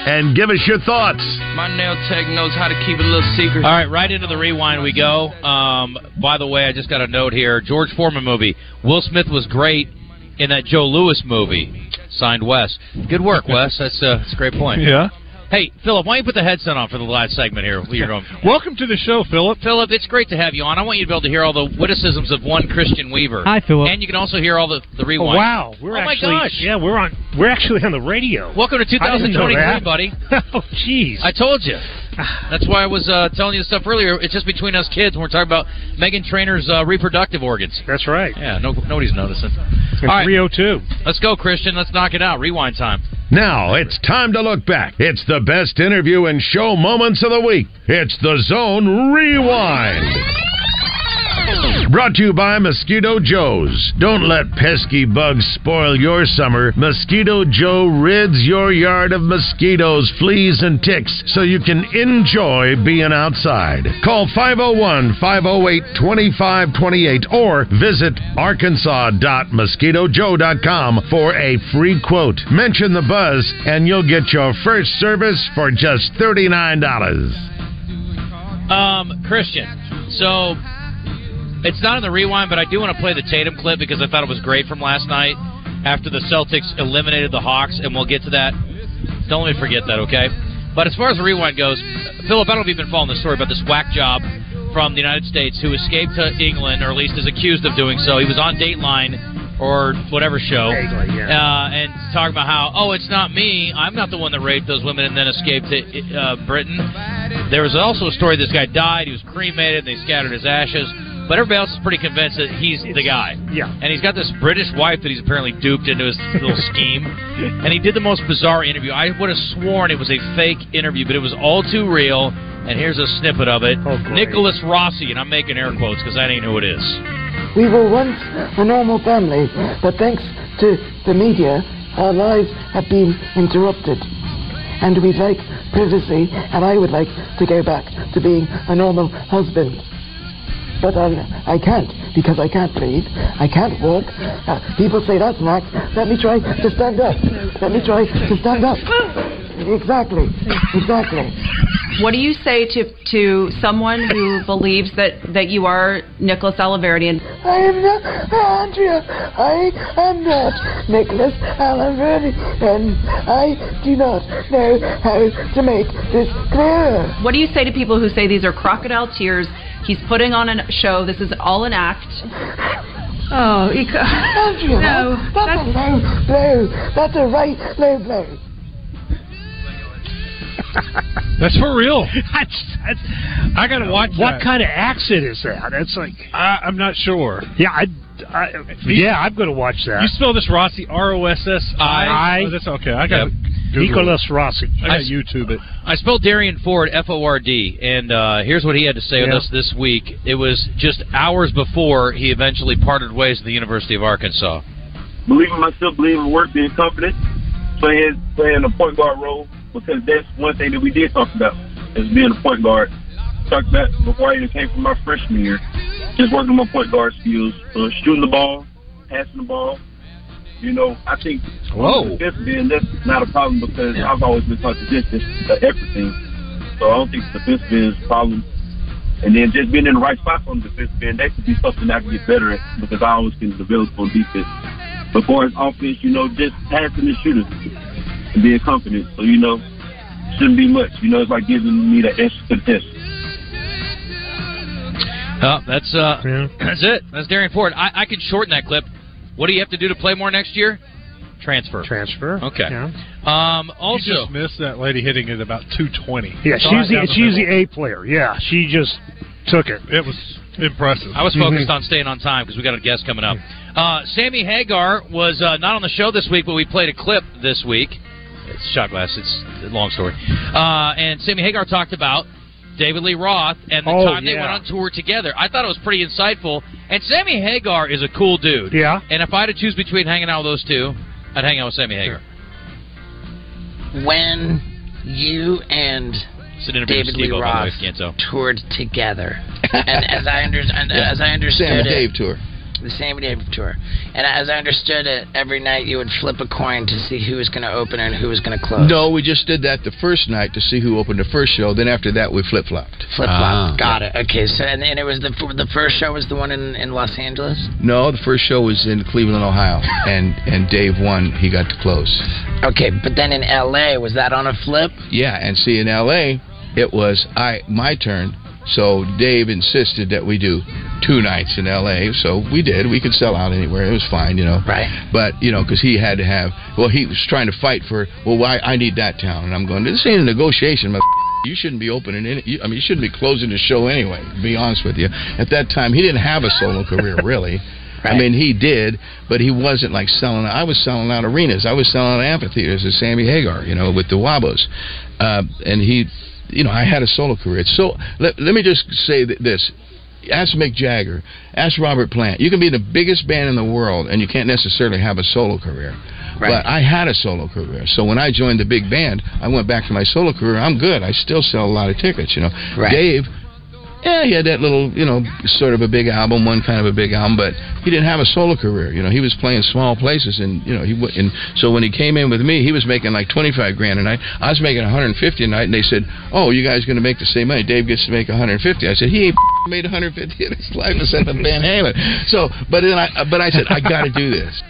and give us your thoughts. My nail tech knows how to keep a little secret. All right, right into the rewind we go. Um, by the way, I just got a note here. George Foreman movie. Will Smith was great in that Joe Lewis movie. Signed Wes. Good work, Wes. That's, uh, that's a great point. Yeah. Hey, Philip, why don't you put the headset on for the last segment here? You're going. Welcome to the show, Philip. Philip, it's great to have you on. I want you to be able to hear all the witticisms of one Christian Weaver. Hi, Philip. And you can also hear all the, the Oh, rewind. wow, we're oh my actually gosh. yeah, we're on we're actually on the radio. Welcome to I didn't know 2023, that. buddy. Oh, jeez. I told you. That's why I was uh, telling you stuff earlier. It's just between us kids when we're talking about Megan Trainor's uh, reproductive organs. That's right. Yeah, no, nobody's noticing. It's All right, 302. let's go, Christian. Let's knock it out. Rewind time. Now it's time to look back. It's the best interview and show moments of the week. It's The Zone Rewind. Brought to you by Mosquito Joe's. Don't let pesky bugs spoil your summer. Mosquito Joe rids your yard of mosquitoes, fleas, and ticks so you can enjoy being outside. Call 501 508 2528 or visit arkansas.mosquitojoe.com for a free quote. Mention the buzz and you'll get your first service for just $39. Um, Christian, so it's not in the rewind, but I do want to play the Tatum clip because I thought it was great from last night after the Celtics eliminated the Hawks, and we'll get to that. Don't let me forget that, okay? But as far as the rewind goes, Philip, I don't know if you've been following the story about this whack job from the United States who escaped to England, or at least is accused of doing so. He was on Dateline or whatever show, Vaguely, yeah. uh, and talking about how oh it's not me, I'm not the one that raped those women and then escaped to uh, Britain. There was also a story this guy died, he was cremated, and they scattered his ashes. But everybody else is pretty convinced that he's the guy. Yeah. And he's got this British wife that he's apparently duped into his little scheme. And he did the most bizarre interview. I would have sworn it was a fake interview, but it was all too real. And here's a snippet of it. Nicholas Rossi, and I'm making air quotes because I ain't know who it is. We were once a normal family, but thanks to the media, our lives have been interrupted. And we'd like privacy, and I would like to go back to being a normal husband. But I, I can't, because I can't breathe, I can't walk. Uh, people say that's an act. Let me try to stand up. Let me try to stand up. Exactly, exactly. What do you say to to someone who believes that that you are Nicholas Oliverian? I am not Andrea. I am not Nicholas Allen Verdi, and I do not know how to make this clearer. What do you say to people who say these are crocodile tears? He's putting on a show. This is all an act. Oh, Andrea, No, that's, a low blow. That's a right low blow. That's for real. that's, that's, I gotta watch. Uh, What that. kind of accent is that? It's like I, I'm not sure. Yeah, I, I yeah, I'm gonna watch that. You spell this Rossi R O S S I. I- Oh, that's okay. I got Yep. Google it. Nicholas Rossi. I got YouTube it. I spelled Darian Ford F O R D, and uh, here's what he had to say with Yeah. us this week. It was just hours before he eventually parted ways at the University of Arkansas. believing myself, believing in work, being confident, playing playing the point guard role because that's one thing that we did talk about is being a point guard. Talked about before I even came from my freshman year, just working my point guard skills, uh, shooting the ball, passing the ball. You know, I think Whoa. defensively, and that's not a problem because I've always been taught to distance to everything. So I don't think defensive is a problem. And then just being in the right spots on the defensive end, that could be something I could get better at because I always can develop on defense. But far as offense, you know, just passing the shooter and being confident. So, you know, shouldn't be much. You know, it's like giving me the extra test. Uh, that's uh, that's it. That's Darian Ford. I, I could shorten that clip. What do you have to do to play more next year? Transfer. Transfer. Okay. Um, also, you just missed that lady hitting it about 220. Yeah, Saw she's it down the, the she's middle. the A player. Yeah, she just took it. It was impressive. I was Mm-hmm. focused on staying on time because we got a guest coming up. Uh, Sammy Hagar was uh, not on the show this week, but we played a clip this week. It's shot glass. It's a long story. Uh, and Sammy Hagar talked about David Lee Roth and the Oh, time they yeah. went on tour together. I thought it was pretty insightful. And Sammy Hagar is a cool dude. Yeah. And if I had to choose between hanging out with those two, I'd hang out with Sammy Hagar. when you and It's an interview David with Lee Steve-O, by the way, Roth if you can't tell. toured together, and as I under, and Yeah. as I understood Sam and it, Dave tour. the Sammy Dave tour, and as I understood it, every night you would flip a coin to see who was going to open and who was going to close. No, we just did that the first night to see who opened the first show. Then after that, we flip flopped. Flip Ah. flop. Got it. Okay. So and, and it was the f- the first show was the one in, in Los Angeles. No, the first show was in Cleveland, Ohio, and and Dave won. He got to close. Okay, but then in L.A. was that on a flip? Yeah, and see in L.A. it was I my turn. So Dave insisted that we do two nights in L.A. So we did. We could sell out anywhere. It was fine, you know. Right. But you know, because he had to have. Well, he was trying to fight for. Well, why I need that town, and I'm going. This ain't a negotiation. mother- You shouldn't be opening any. you- I mean, you shouldn't be closing the show anyway. To be honest with you, at that time he didn't have a solo career really. I mean, he did, but he wasn't like selling. I was selling out arenas. I was selling out amphitheaters as Sammy Hagar, you know, with the Wabos, uh, and he, you know, I had a solo career. So let, let me just say th- this: ask Mick Jagger, ask Robert Plant. You can be the biggest band in the world, and you can't necessarily have a solo career. But I had a solo career, so when I joined the big band, I went back to my solo career. I'm good. I still sell a lot of tickets, you know. Dave yeah, he had that little, you know, sort of a big album, one kind of a big album, but he didn't have a solo career. You know, he was playing small places, and you know, he w- and so when he came in with me, he was making like twenty five grand a night. I was making one hundred and fifty a night, and they said, "Oh, you guys going to make the same money?" Dave gets to make one hundred and fifty. I said, "He ain't made one hundred fifty in his life except for Van Halen." So, but then I, but I said, "I got to do this."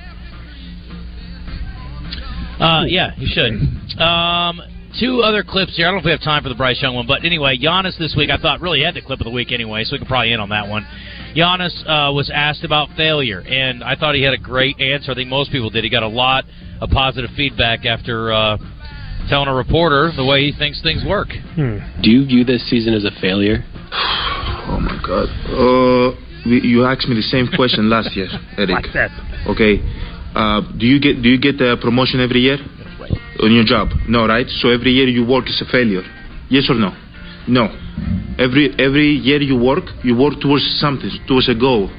Uh, yeah, you should. Um, two other clips here. I don't know if we have time for the Bryce Young one, but anyway, Giannis this week I thought really had the clip of the week anyway, so we can probably end on that one. Giannis uh, was asked about failure, and I thought he had a great answer. I think most people did. He got a lot of positive feedback after uh, telling a reporter the way he thinks things work. Do you view this season as a failure? Oh my God. Uh, we- you asked me the same question last year, Eric. Like that. Okay. Uh, do you get do you get a promotion every year on your job? No, right? So every year you work is a failure. Yes or no? No. Every every year you work, you work towards something, towards a goal,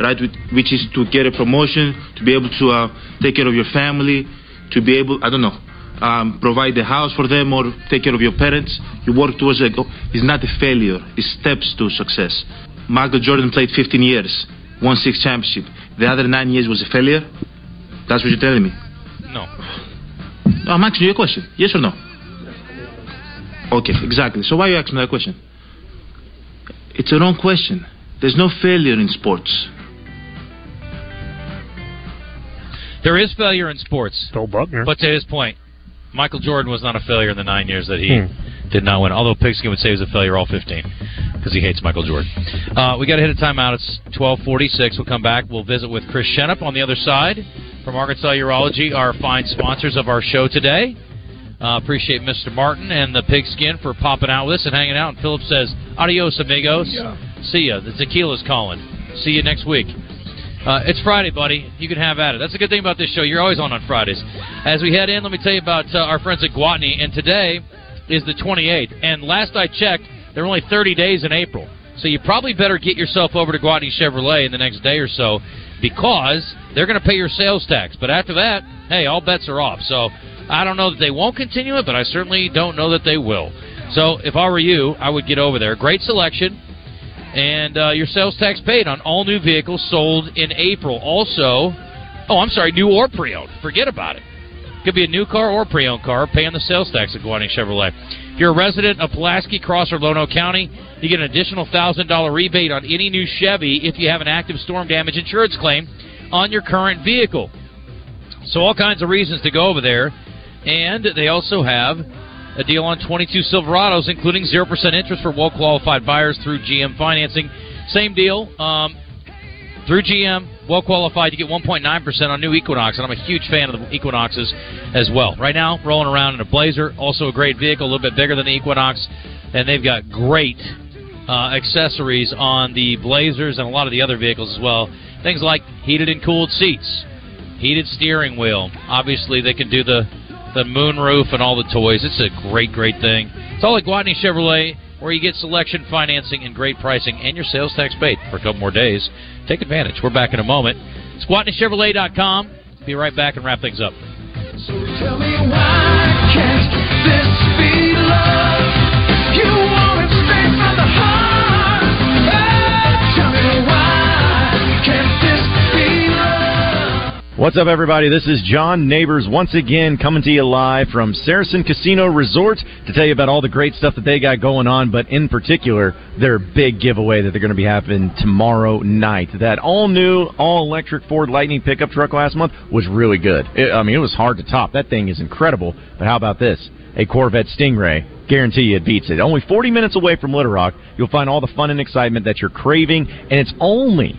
right? Which, which is to get a promotion, to be able to uh, take care of your family, to be able I don't know, um, provide a house for them or take care of your parents. You work towards a goal. It's not a failure. It's steps to success. Michael Jordan played 15 years, won six championship. The other nine years was a failure. That's what you're telling me. No. No, I'm asking you a question. Yes or no? Okay, exactly. So why you asking me that question? It's a wrong question. There's no failure in sports. There is failure in sports. But to his point, Michael Jordan was not a failure in the nine years that he did not win. Although Pigskin would say he was a failure all 15 because he hates Michael Jordan. Uh, we got to hit a timeout. It's 12:46. We'll come back. We'll visit with Chris Shenup on the other side from Arkansas Urology, our fine sponsors of our show today. Uh, appreciate Mr. Martin and the Pigskin for popping out with us and hanging out. And Philip says, "Adios, amigos. See ya." The tequila's calling. See you next week. Uh, it's Friday, buddy. You can have at it. That's a good thing about this show. You're always on on Fridays. As we head in, let me tell you about uh, our friends at Guatney. And today is the 28th. And last I checked, there are only 30 days in April. So you probably better get yourself over to Guatney Chevrolet in the next day or so because they're going to pay your sales tax. But after that, hey, all bets are off. So I don't know that they won't continue it, but I certainly don't know that they will. So if I were you, I would get over there. Great selection and uh, your sales tax paid on all new vehicles sold in April. Also, oh, I'm sorry, new or pre-owned. Forget about it. Could be a new car or pre-owned car paying the sales tax at Guadney Chevrolet. If you're a resident of Pulaski, Cross, or Lono County, you get an additional thousand dollar rebate on any new Chevy if you have an active storm damage insurance claim on your current vehicle. So all kinds of reasons to go over there, and they also have a deal on 22 Silverados, including 0% interest for well qualified buyers through GM financing. Same deal um, through GM, well qualified. You get 1.9% on new Equinox, and I'm a huge fan of the Equinoxes as well. Right now, rolling around in a Blazer, also a great vehicle, a little bit bigger than the Equinox, and they've got great uh, accessories on the Blazers and a lot of the other vehicles as well. Things like heated and cooled seats, heated steering wheel. Obviously, they can do the the moonroof and all the toys. It's a great, great thing. It's all at Guadney Chevrolet, where you get selection, financing, and great pricing, and your sales tax paid for a couple more days. Take advantage. We're back in a moment. It's GuadneyChevrolet.com. Be right back and wrap things up. What's up, everybody? This is John Neighbors once again coming to you live from Saracen Casino Resort to tell you about all the great stuff that they got going on, but in particular, their big giveaway that they're going to be having tomorrow night. That all new, all electric Ford Lightning pickup truck last month was really good. It, I mean, it was hard to top. That thing is incredible. But how about this? A Corvette Stingray Guarantee you it beats it. Only 40 minutes away from Little Rock, you'll find all the fun and excitement that you're craving, and it's only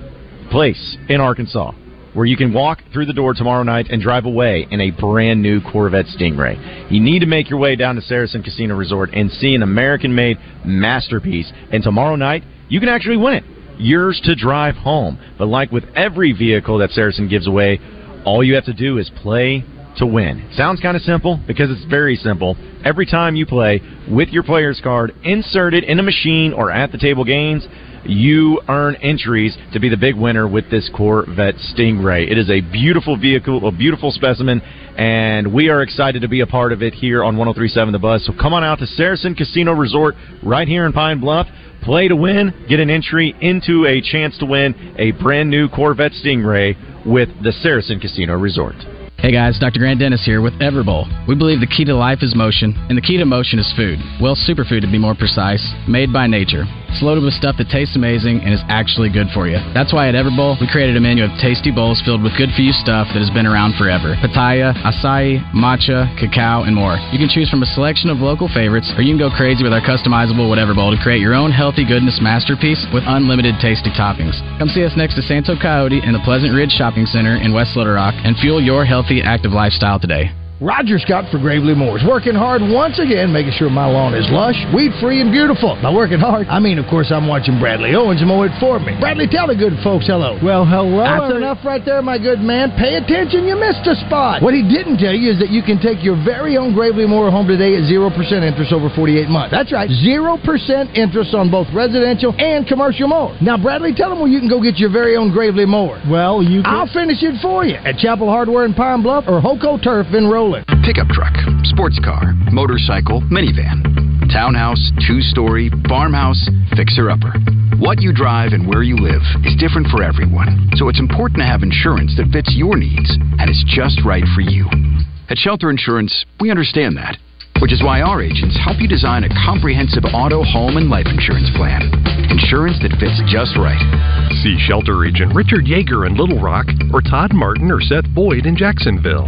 place in Arkansas where you can walk through the door tomorrow night and drive away in a brand new Corvette Stingray. You need to make your way down to Saracen Casino Resort and see an American made masterpiece. And tomorrow night, you can actually win it. Yours to drive home. But like with every vehicle that Saracen gives away, all you have to do is play to win. Sounds kind of simple because it's very simple. Every time you play with your player's card inserted in a machine or at the table games, you earn entries to be the big winner with this Corvette Stingray. It is a beautiful vehicle, a beautiful specimen, and we are excited to be a part of it here on 1037 The Buzz. So come on out to Saracen Casino Resort right here in Pine Bluff. Play to win, get an entry into a chance to win a brand new Corvette Stingray with the Saracen Casino Resort. Hey guys, Dr. Grant Dennis here with Everbowl. We believe the key to life is motion, and the key to motion is food. Well, superfood to be more precise, made by nature. It's loaded with stuff that tastes amazing and is actually good for you. That's why at Everbowl, we created a menu of tasty bowls filled with good for you stuff that has been around forever. Pitaya, acai, matcha, cacao, and more. You can choose from a selection of local favorites, or you can go crazy with our customizable Whatever Bowl to create your own healthy goodness masterpiece with unlimited tasty toppings. Come see us next to Santo Coyote in the Pleasant Ridge Shopping Center in West Little Rock and fuel your healthy, active lifestyle today. Roger Scott for Gravely Moors. Working hard once again, making sure my lawn is lush, weed free, and beautiful. By working hard, I mean, of course, I'm watching Bradley Owens mow it for me. Bradley, tell the good folks hello. Well, hello. That's every- enough right there, my good man. Pay attention, you missed a spot. What he didn't tell you is that you can take your very own Gravely Moore home today at 0% interest over 48 months. That's right, 0% interest on both residential and commercial mowers. Now, Bradley, tell them where you can go get your very own Gravely Mower. Well, you I'll finish it for you at Chapel Hardware in Pine Bluff or Hoco Turf in Roland. Pickup truck, sports car, motorcycle, minivan, townhouse, two story, farmhouse, fixer upper. What you drive and where you live is different for everyone, so it's important to have insurance that fits your needs and is just right for you. At Shelter Insurance, we understand that, which is why our agents help you design a comprehensive auto, home, and life insurance plan. Insurance that fits just right. See shelter agent Richard Yeager in Little Rock or Todd Martin or Seth Boyd in Jacksonville.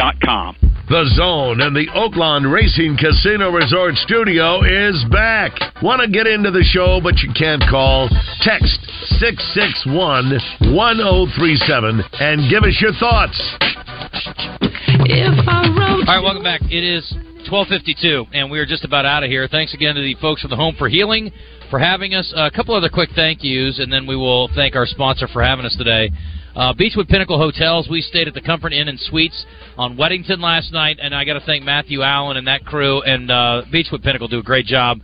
The Zone and the Oakland Racing Casino Resort Studio is back. Want to get into the show but you can't call? Text 661 1037 and give us your thoughts. All right, welcome back. It is 12:52, and we are just about out of here. Thanks again to the folks from the Home for Healing for having us. a couple other quick thank yous, and then we will thank our sponsor for having us today. Uh, Beachwood Pinnacle Hotels. We stayed at the Comfort Inn and Suites on Weddington last night, and I got to thank Matthew Allen and that crew. And uh, Beachwood Pinnacle do a great job.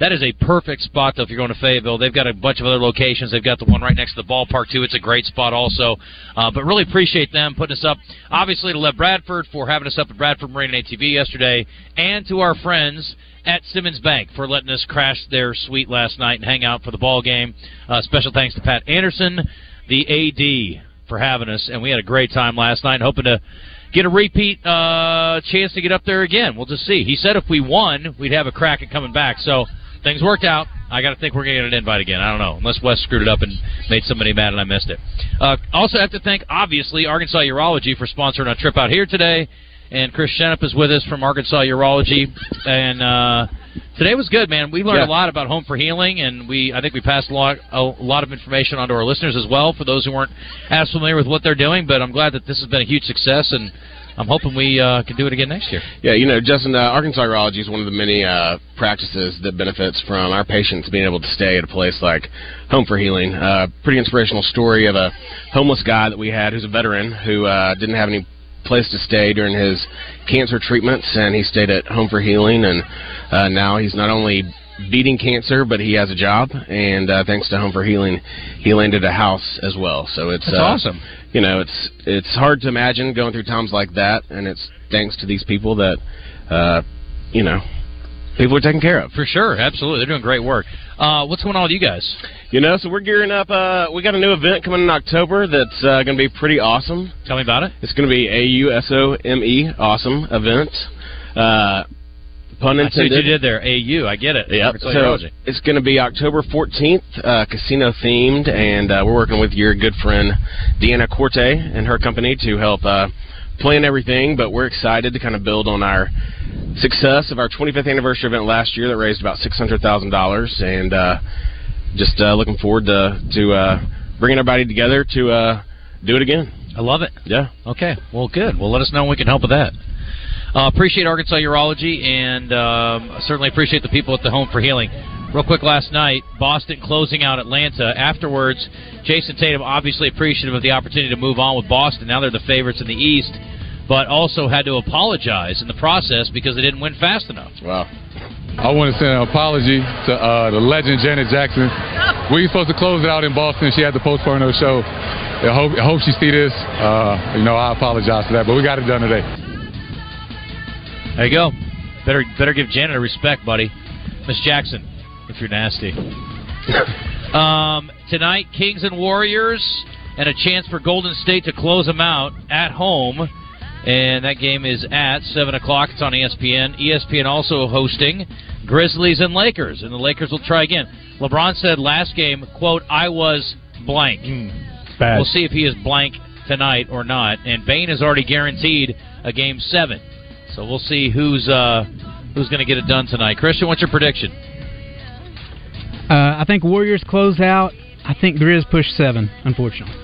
That is a perfect spot, though, if you're going to Fayetteville. They've got a bunch of other locations. They've got the one right next to the ballpark, too. It's a great spot, also. Uh, but really appreciate them putting us up, obviously, to Lev Bradford for having us up at Bradford Marine and ATV yesterday, and to our friends at Simmons Bank for letting us crash their suite last night and hang out for the ball game. Uh, special thanks to Pat Anderson, the AD, for having us, and we had a great time last night. Hoping to get a repeat uh, chance to get up there again. We'll just see. He said if we won, we'd have a crack at coming back. So things worked out. I got to think we're going to get an invite again. I don't know, unless Wes screwed it up and made somebody mad and I missed it. Uh, also, have to thank obviously Arkansas Urology for sponsoring our trip out here today. And Chris Shenup is with us from Arkansas Urology, and uh, today was good, man. We learned Yeah. a lot about Home for Healing, and we I think we passed a lot, a lot of information on to our listeners as well for those who weren't as familiar with what they're doing. But I'm glad that this has been a huge success, and I'm hoping we uh, can do it again next year. Yeah, you know, Justin, uh, Arkansas Urology is one of the many uh, practices that benefits from our patients being able to stay at a place like Home for Healing. Uh, pretty inspirational story of a homeless guy that we had who's a veteran who uh, didn't have any place to stay during his cancer treatments, and he stayed at Home for Healing, and uh, now he's not only beating cancer, but he has a job, and uh, thanks to Home for Healing, he landed a house as well. So it's That's uh, awesome. You know, it's it's hard to imagine going through times like that, and it's thanks to these people that, uh, you know, people are taken care of. For sure, absolutely, they're doing great work. Uh, what's going on with you guys? You know, so we're gearing up. Uh, we got a new event coming in October that's uh, going to be pretty awesome. Tell me about it. It's going to be a U S O M E awesome event. Uh, pun I see what intended. you did there. AU, I get it. Yep. Arkansas So Urology. it's going to be October 14th, uh, casino themed, and uh, we're working with your good friend Deanna Corte and her company to help uh, plan everything. But we're excited to kind of build on our success of our 25th anniversary event last year that raised about $600,000, and uh, just uh, looking forward to to uh, bringing everybody together to uh, do it again. I love it. Yeah. Okay. Well, good. Well, let us know when we can help with that. Uh, appreciate Arkansas Urology, and um, certainly appreciate the people at the Home for Healing. Real quick, last night, Boston closing out Atlanta. Afterwards, Jason Tatum obviously appreciative of the opportunity to move on with Boston. Now they're the favorites in the East, but also had to apologize in the process because they didn't win fast enough. Wow. I want to send an apology to uh, the legend Janet Jackson. We were supposed to close it out in Boston. She had to postpone her show. I hope, I hope she see this. Uh, you know, I apologize for that, but we got it done today. There you go. Better better give Janet a respect, buddy. Miss Jackson, if you're nasty. um, tonight, Kings and Warriors, and a chance for Golden State to close them out at home. And that game is at 7 o'clock. It's on E ESPN. ESPN also hosting Grizzlies and Lakers, and the Lakers will try again. LeBron said last game, quote, I was blank. Bad. We'll see if he is blank tonight or not. And Bain is already guaranteed a game seven. So we'll see who's uh, who's going to get it done tonight. Christian, what's your prediction? Uh, I think Warriors close out. I think Grizz push seven, unfortunately.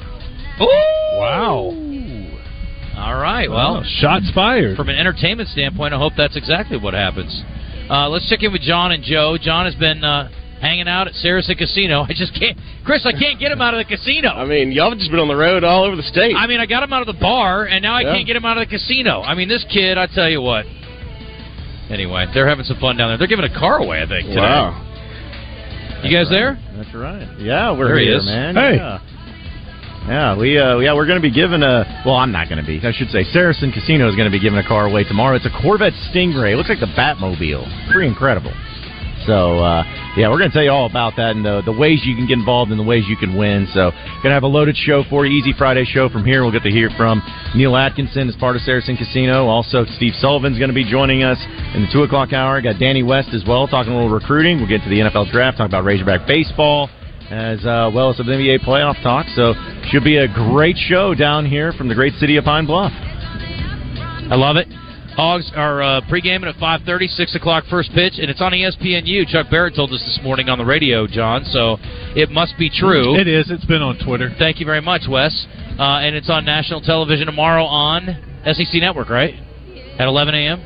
Wow. All right. Well, Wow, shots fired. From an entertainment standpoint, I hope that's exactly what happens. Uh, let's check in with John and Joe. John has been uh, hanging out at Saracen Casino. I just can't, Chris. I can't get him out of the casino. I mean, y'all have just been on the road all over the state. I mean, I got him out of the bar, and now I Yeah. can't get him out of the casino. I mean, this kid. I tell you what. Anyway, they're having some fun down there. They're giving a car away, I think. Today. Wow. You guys there? That's right. Yeah, we're There he here, is. man. Hey. Yeah. Yeah, we uh, yeah we're going to be giving a well I'm not going to be I should say Saracen Casino is going to be giving a car away tomorrow. It's a Corvette Stingray. It looks like the Batmobile. Pretty incredible. So uh, yeah, we're going to tell you all about that and the, the ways you can get involved and the ways you can win. So going to have a loaded show for you. Easy Friday show from here. We'll get to hear from Neil Atkinson as part of Saracen Casino. Also Steve Sullivan's going to be joining us in the two o'clock hour. Got Danny West as well talking a little recruiting. We'll get to the NFL draft. Talk about Razorback baseball as uh, well as some NBA playoff talk. So should be a great show down here from the great city of Pine Bluff. I love it. Hogs are uh, pregaming at 5.30, 6 o'clock first pitch, and it's on E ESPNU. Chuck Barrett told us this morning on the radio, John, so it must be true. It is. It's been on Twitter. Thank you very much, Wes. Uh, and it's on national television tomorrow on SEC Network, right? At 11 a.m.?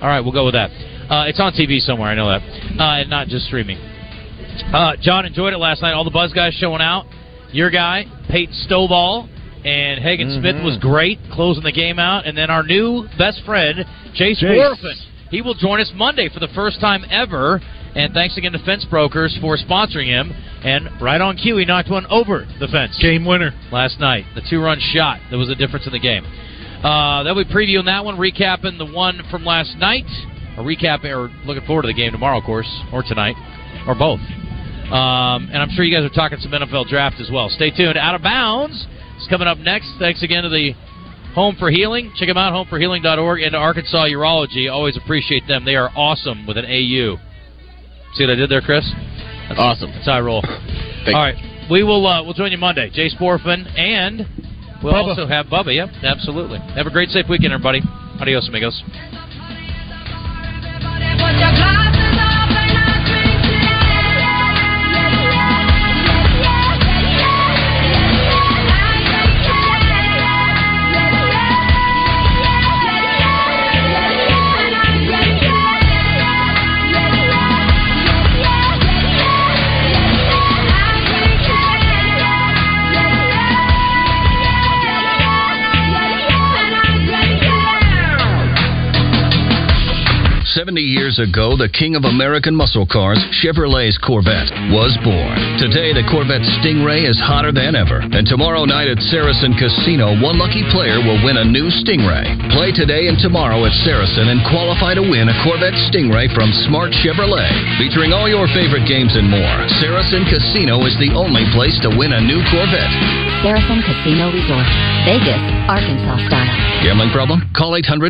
All right, we'll go with that. Uh, it's on TV somewhere, I know that. Uh, and not just streaming. Uh, John enjoyed it last night. All the Buzz guys showing out. Your guy, Peyton Stovall, and Hagan Smith was great, closing the game out. And then our new best friend, Mm-hmm. Chase, Chase. Warfin. He will join us Monday for the first time ever. And thanks again to Fence Brokers for sponsoring him. And right on cue, he knocked one over the fence. Game winner. Last night. The two run shot. There was a difference in the game. Uh, they'll be previewing that one, recapping the one from last night. Or recapping, or looking forward to the game tomorrow, of course, or tonight, or both. Um, and I'm sure you guys are talking some NFL draft as well. Stay tuned. Out of bounds is coming up next. Thanks again to the Home for Healing. Check them out, homeforhealing.org, and to Arkansas Urology. Always appreciate them. They are awesome with an AU. See what I did there, Chris? That's awesome. That's how I roll. All right. We will uh, we'll join you Monday. Jay Sporfin and we'll Bubba. also have Bubba. Yep, absolutely. Have a great, safe weekend, everybody. Adios, amigos. Seventy years ago, the king of American muscle cars, Chevrolet's Corvette, was born. Today, the Corvette Stingray is hotter than ever. And tomorrow night at Saracen Casino, one lucky player will win a new Stingray. Play today and tomorrow at Saracen and qualify to win a Corvette Stingray from Smart Chevrolet. Featuring all your favorite games and more, Saracen Casino is the only place to win a new Corvette. Saracen Casino Resort, Vegas, Arkansas style. Gambling problem? Call 800